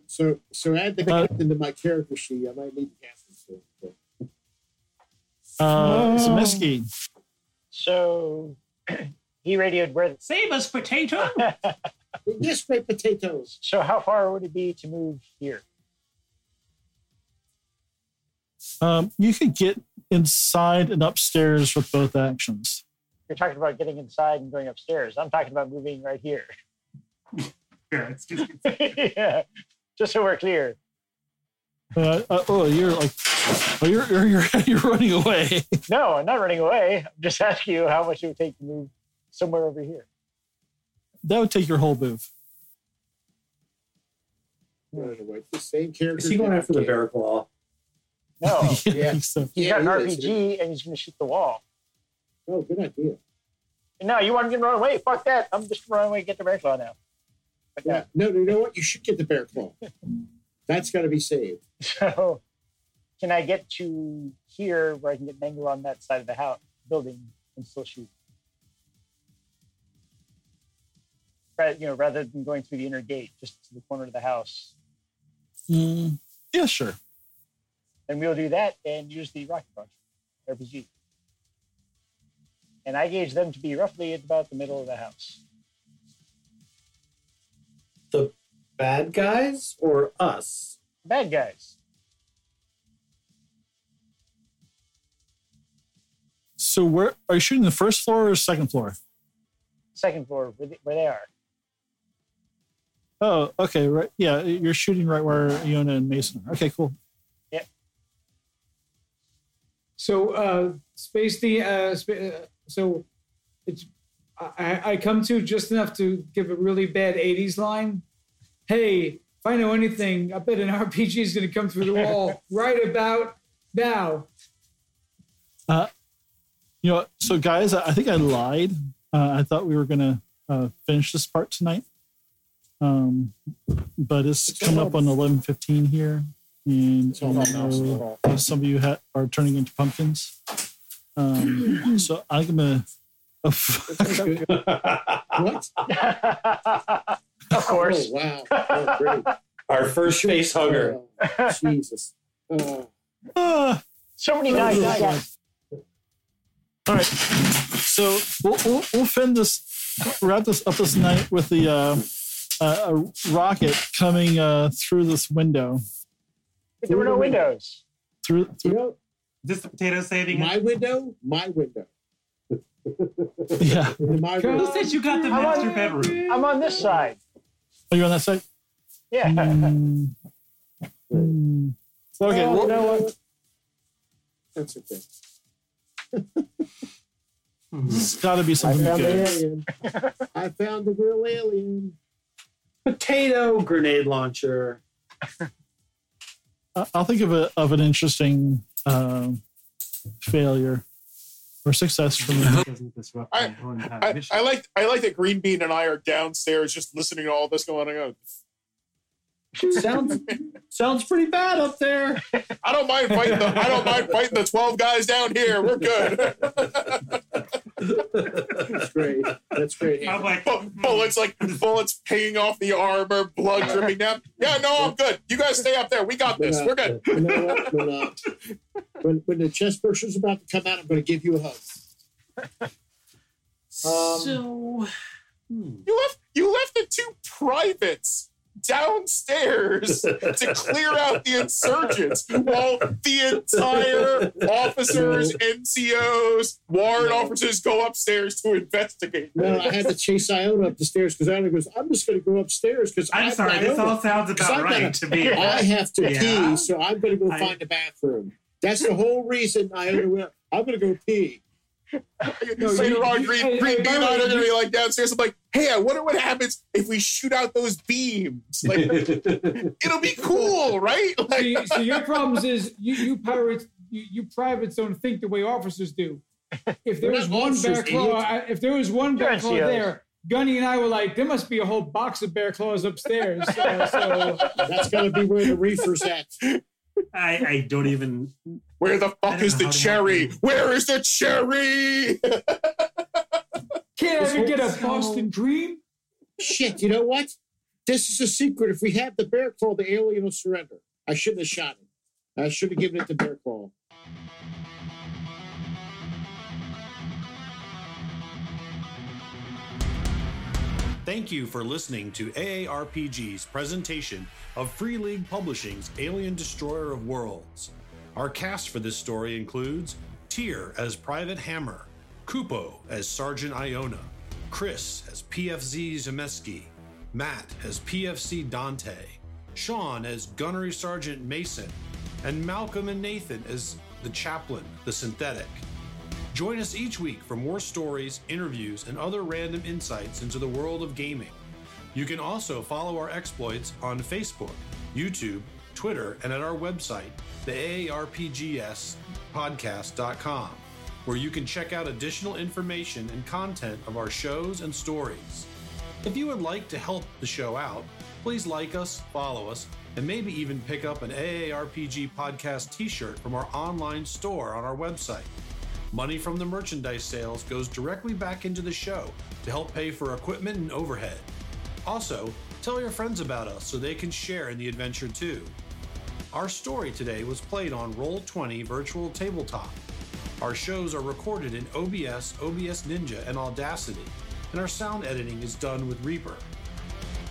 F: So so add the
I: Uh,
F: captain to my character sheet. I might need the captain soon. but-
I: Uh,
D: Oh.
I: Zemeski.
D: So he radioed where.
K: Save us, potato.
F: Yes, great potatoes.
D: So how far would it be to move here?
I: Um, you could get inside and upstairs with both actions.
D: You're talking about getting inside and going upstairs. I'm talking about moving right here.
K: Sure, it's just
D: yeah, just so we're clear.
I: Uh, uh, oh, you're like, oh, you're you're you're, you're running away.
D: No, I'm not running away. I'm just asking you how much it would take to move somewhere over here.
I: That would take your whole move.
F: Running away. The same character.
P: Is he going after the barrack wall?
D: No,
I: Yeah. so,
D: he's
F: Yeah,
D: got an
F: he is.
D: RPG and he's going to shoot the wall.
F: Oh, good idea.
D: No, you want to get run away? Fuck that! I'm just running away. Get the red claw now. But yeah,
F: Yeah. No, no, you know what? You should get the bear claw. That's got to be saved.
D: so can I get to here where I can get an angle on that side of the house building and still shoot? Right, you know, rather than going through the inner gate, just to the corner of the house,
I: mm, yeah, sure.
D: And we'll do that and use the rocket launcher RPG. And I gauge them to be roughly at about the middle of the house.
P: The bad guys or us?
D: Bad guys.
I: So where are you shooting the first floor or second floor?
D: Second floor, where they, where they are.
I: Oh, okay, right. Yeah, you're shooting right where Iona and Mason are. Okay, cool.
E: So uh, space the uh, sp- uh, so it's I, I I come to just enough to give a really bad '80s line. Hey, if I know anything, I bet an RPG is going to come through the wall right about now.
I: You know, so guys, I I think I lied. Uh, I thought we were gonna uh, finish this part tonight, um, but it's coming up on eleven fifteen here, and
F: It's all about
I: I
F: mouse
I: know
F: fault.
I: some of you ha- are turning into pumpkins. Um, so I'm gonna. oh,
F: What?
D: of course.
F: Oh, wow. Oh, great.
P: Our first face hugger.
F: Oh, Jesus. Oh,
I: Ah,
D: So many nine guys.
I: all right, so we'll, we'll we'll fend this wrap this up this night with the uh, uh, a rocket coming uh, through this window
D: There were no windows.
I: through
F: you know,
K: Just the potato saving
F: my window, my window.
I: yeah.
F: My
K: Who
F: window.
K: said you got the
D: How
K: master
D: about-
K: bedroom?
D: I'm on this side.
I: Are you on that side?
D: Yeah.
I: Mm. Mm. Okay,
F: Oh,
I: well,
F: you know what? That's okay.
I: it's got to be
F: I
I: something
F: found the
I: good.
F: alien. I found the real alien.
P: Potato grenade launcher.
I: I- I'll think of a of an interesting um, failure or success from you.
K: Doesn't disrupt
G: I-
K: my own uh,
G: I,
K: mission.
G: I like I like that Green Bean and I are downstairs just listening to all this going on.
P: Sounds sounds pretty bad up there.
G: I don't mind fighting the I don't mind fighting the twelve guys down here. We're good.
F: That's great. That's great.
K: I'm like, hmm.
G: Bu- bullets like bullets pinging off the armor, blood dripping down. Yeah, no, I'm good. You guys stay up there. We got this. We're good.
F: uh, You know what? When, uh, when, when the chest burster's about to come out, I'm going to give you a hug. Um,
K: so hmm.
G: You left you left the two privates downstairs to clear out the insurgents while the entire officers, NCOs, warrant officers go upstairs to investigate.
F: No, I had to chase Iona up the stairs because Iona goes, I'm just going to go upstairs because
K: I'm sorry. This all sounds
F: Because
K: about
F: I gotta-
K: right to me.
F: I have to
K: Yeah.
F: pee, so I'm going to go
K: I-
F: find a bathroom. That's the whole reason I. I'm going to go pee.
D: No,
G: Later
D: you-
G: on,
D: you-
G: Green,
D: hey,
G: Green
D: hey,
G: Beam
D: by the
G: and I
D: way,
G: are going to be
D: you-
G: like downstairs. I'm like, hey, I wonder what happens if we shoot out those beams. Like, it'll be cool, right?
D: so,
G: Like,
D: you, so your problems is you, you pirates, you, you privates don't think the way officers do. If there
F: We're
D: was
F: not
D: one bear
F: officers,
D: claw, I- if there was one
Q: You're
D: bear claw
Q: NCOs.
D: there, Gunny and I were like, there must be a whole box of bear claws upstairs. So, so
F: That's going to be where the reefer's at.
K: I, I don't even.
G: where the
K: I
G: fuck
K: don't
G: is
K: know
G: the
K: how to
G: cherry?
K: market
G: Where is the cherry?
D: can't I even get a
F: So-
D: Boston dream?
F: Shit, you know what? This is a secret. If we have the bear claw, the alien will surrender. I shouldn't have shot him. I should have given it to bear claw.
E: Thank you for listening to AARPG's presentation of Free League Publishing's Alien Destroyer of Worlds. Our cast for this story includes Tyr as Private Hammer, Kupo as Sergeant Iona, Chris as PFZ Zemeski, Matt as PFC Dante, Sean as Gunnery Sergeant Mason, and Malcolm and Nathan as the Chaplain, the Synthetic. Join us each week for more stories, interviews, and other random insights into the world of gaming. You can also follow our exploits on Facebook, YouTube, Twitter, and at our website, theaarpgspodcast.com, where you can check out additional information and content of our shows and stories. If you would like to help the show out, please like us, follow us, and maybe even pick up an AARPG podcast t shirt from our online store on our website. Money from the merchandise sales goes directly back into the show to help pay for equipment and overhead. Also, tell your friends about us so they can share in the adventure too. Our story today was played on Roll20 Virtual Tabletop. Our shows are recorded in OBS, OBS Ninja, and Audacity, and our sound editing is done with Reaper.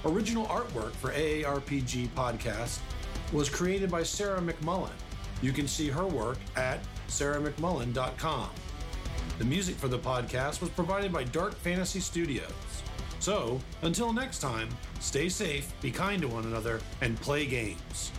E: Original artwork for AARPG Podcast was created by Sarah McMullen. You can see her work at sarahmcmullen.com. The music for the podcast was provided by Dark Fantasy Studios. So, until next time, stay safe, be kind to one another, and play games.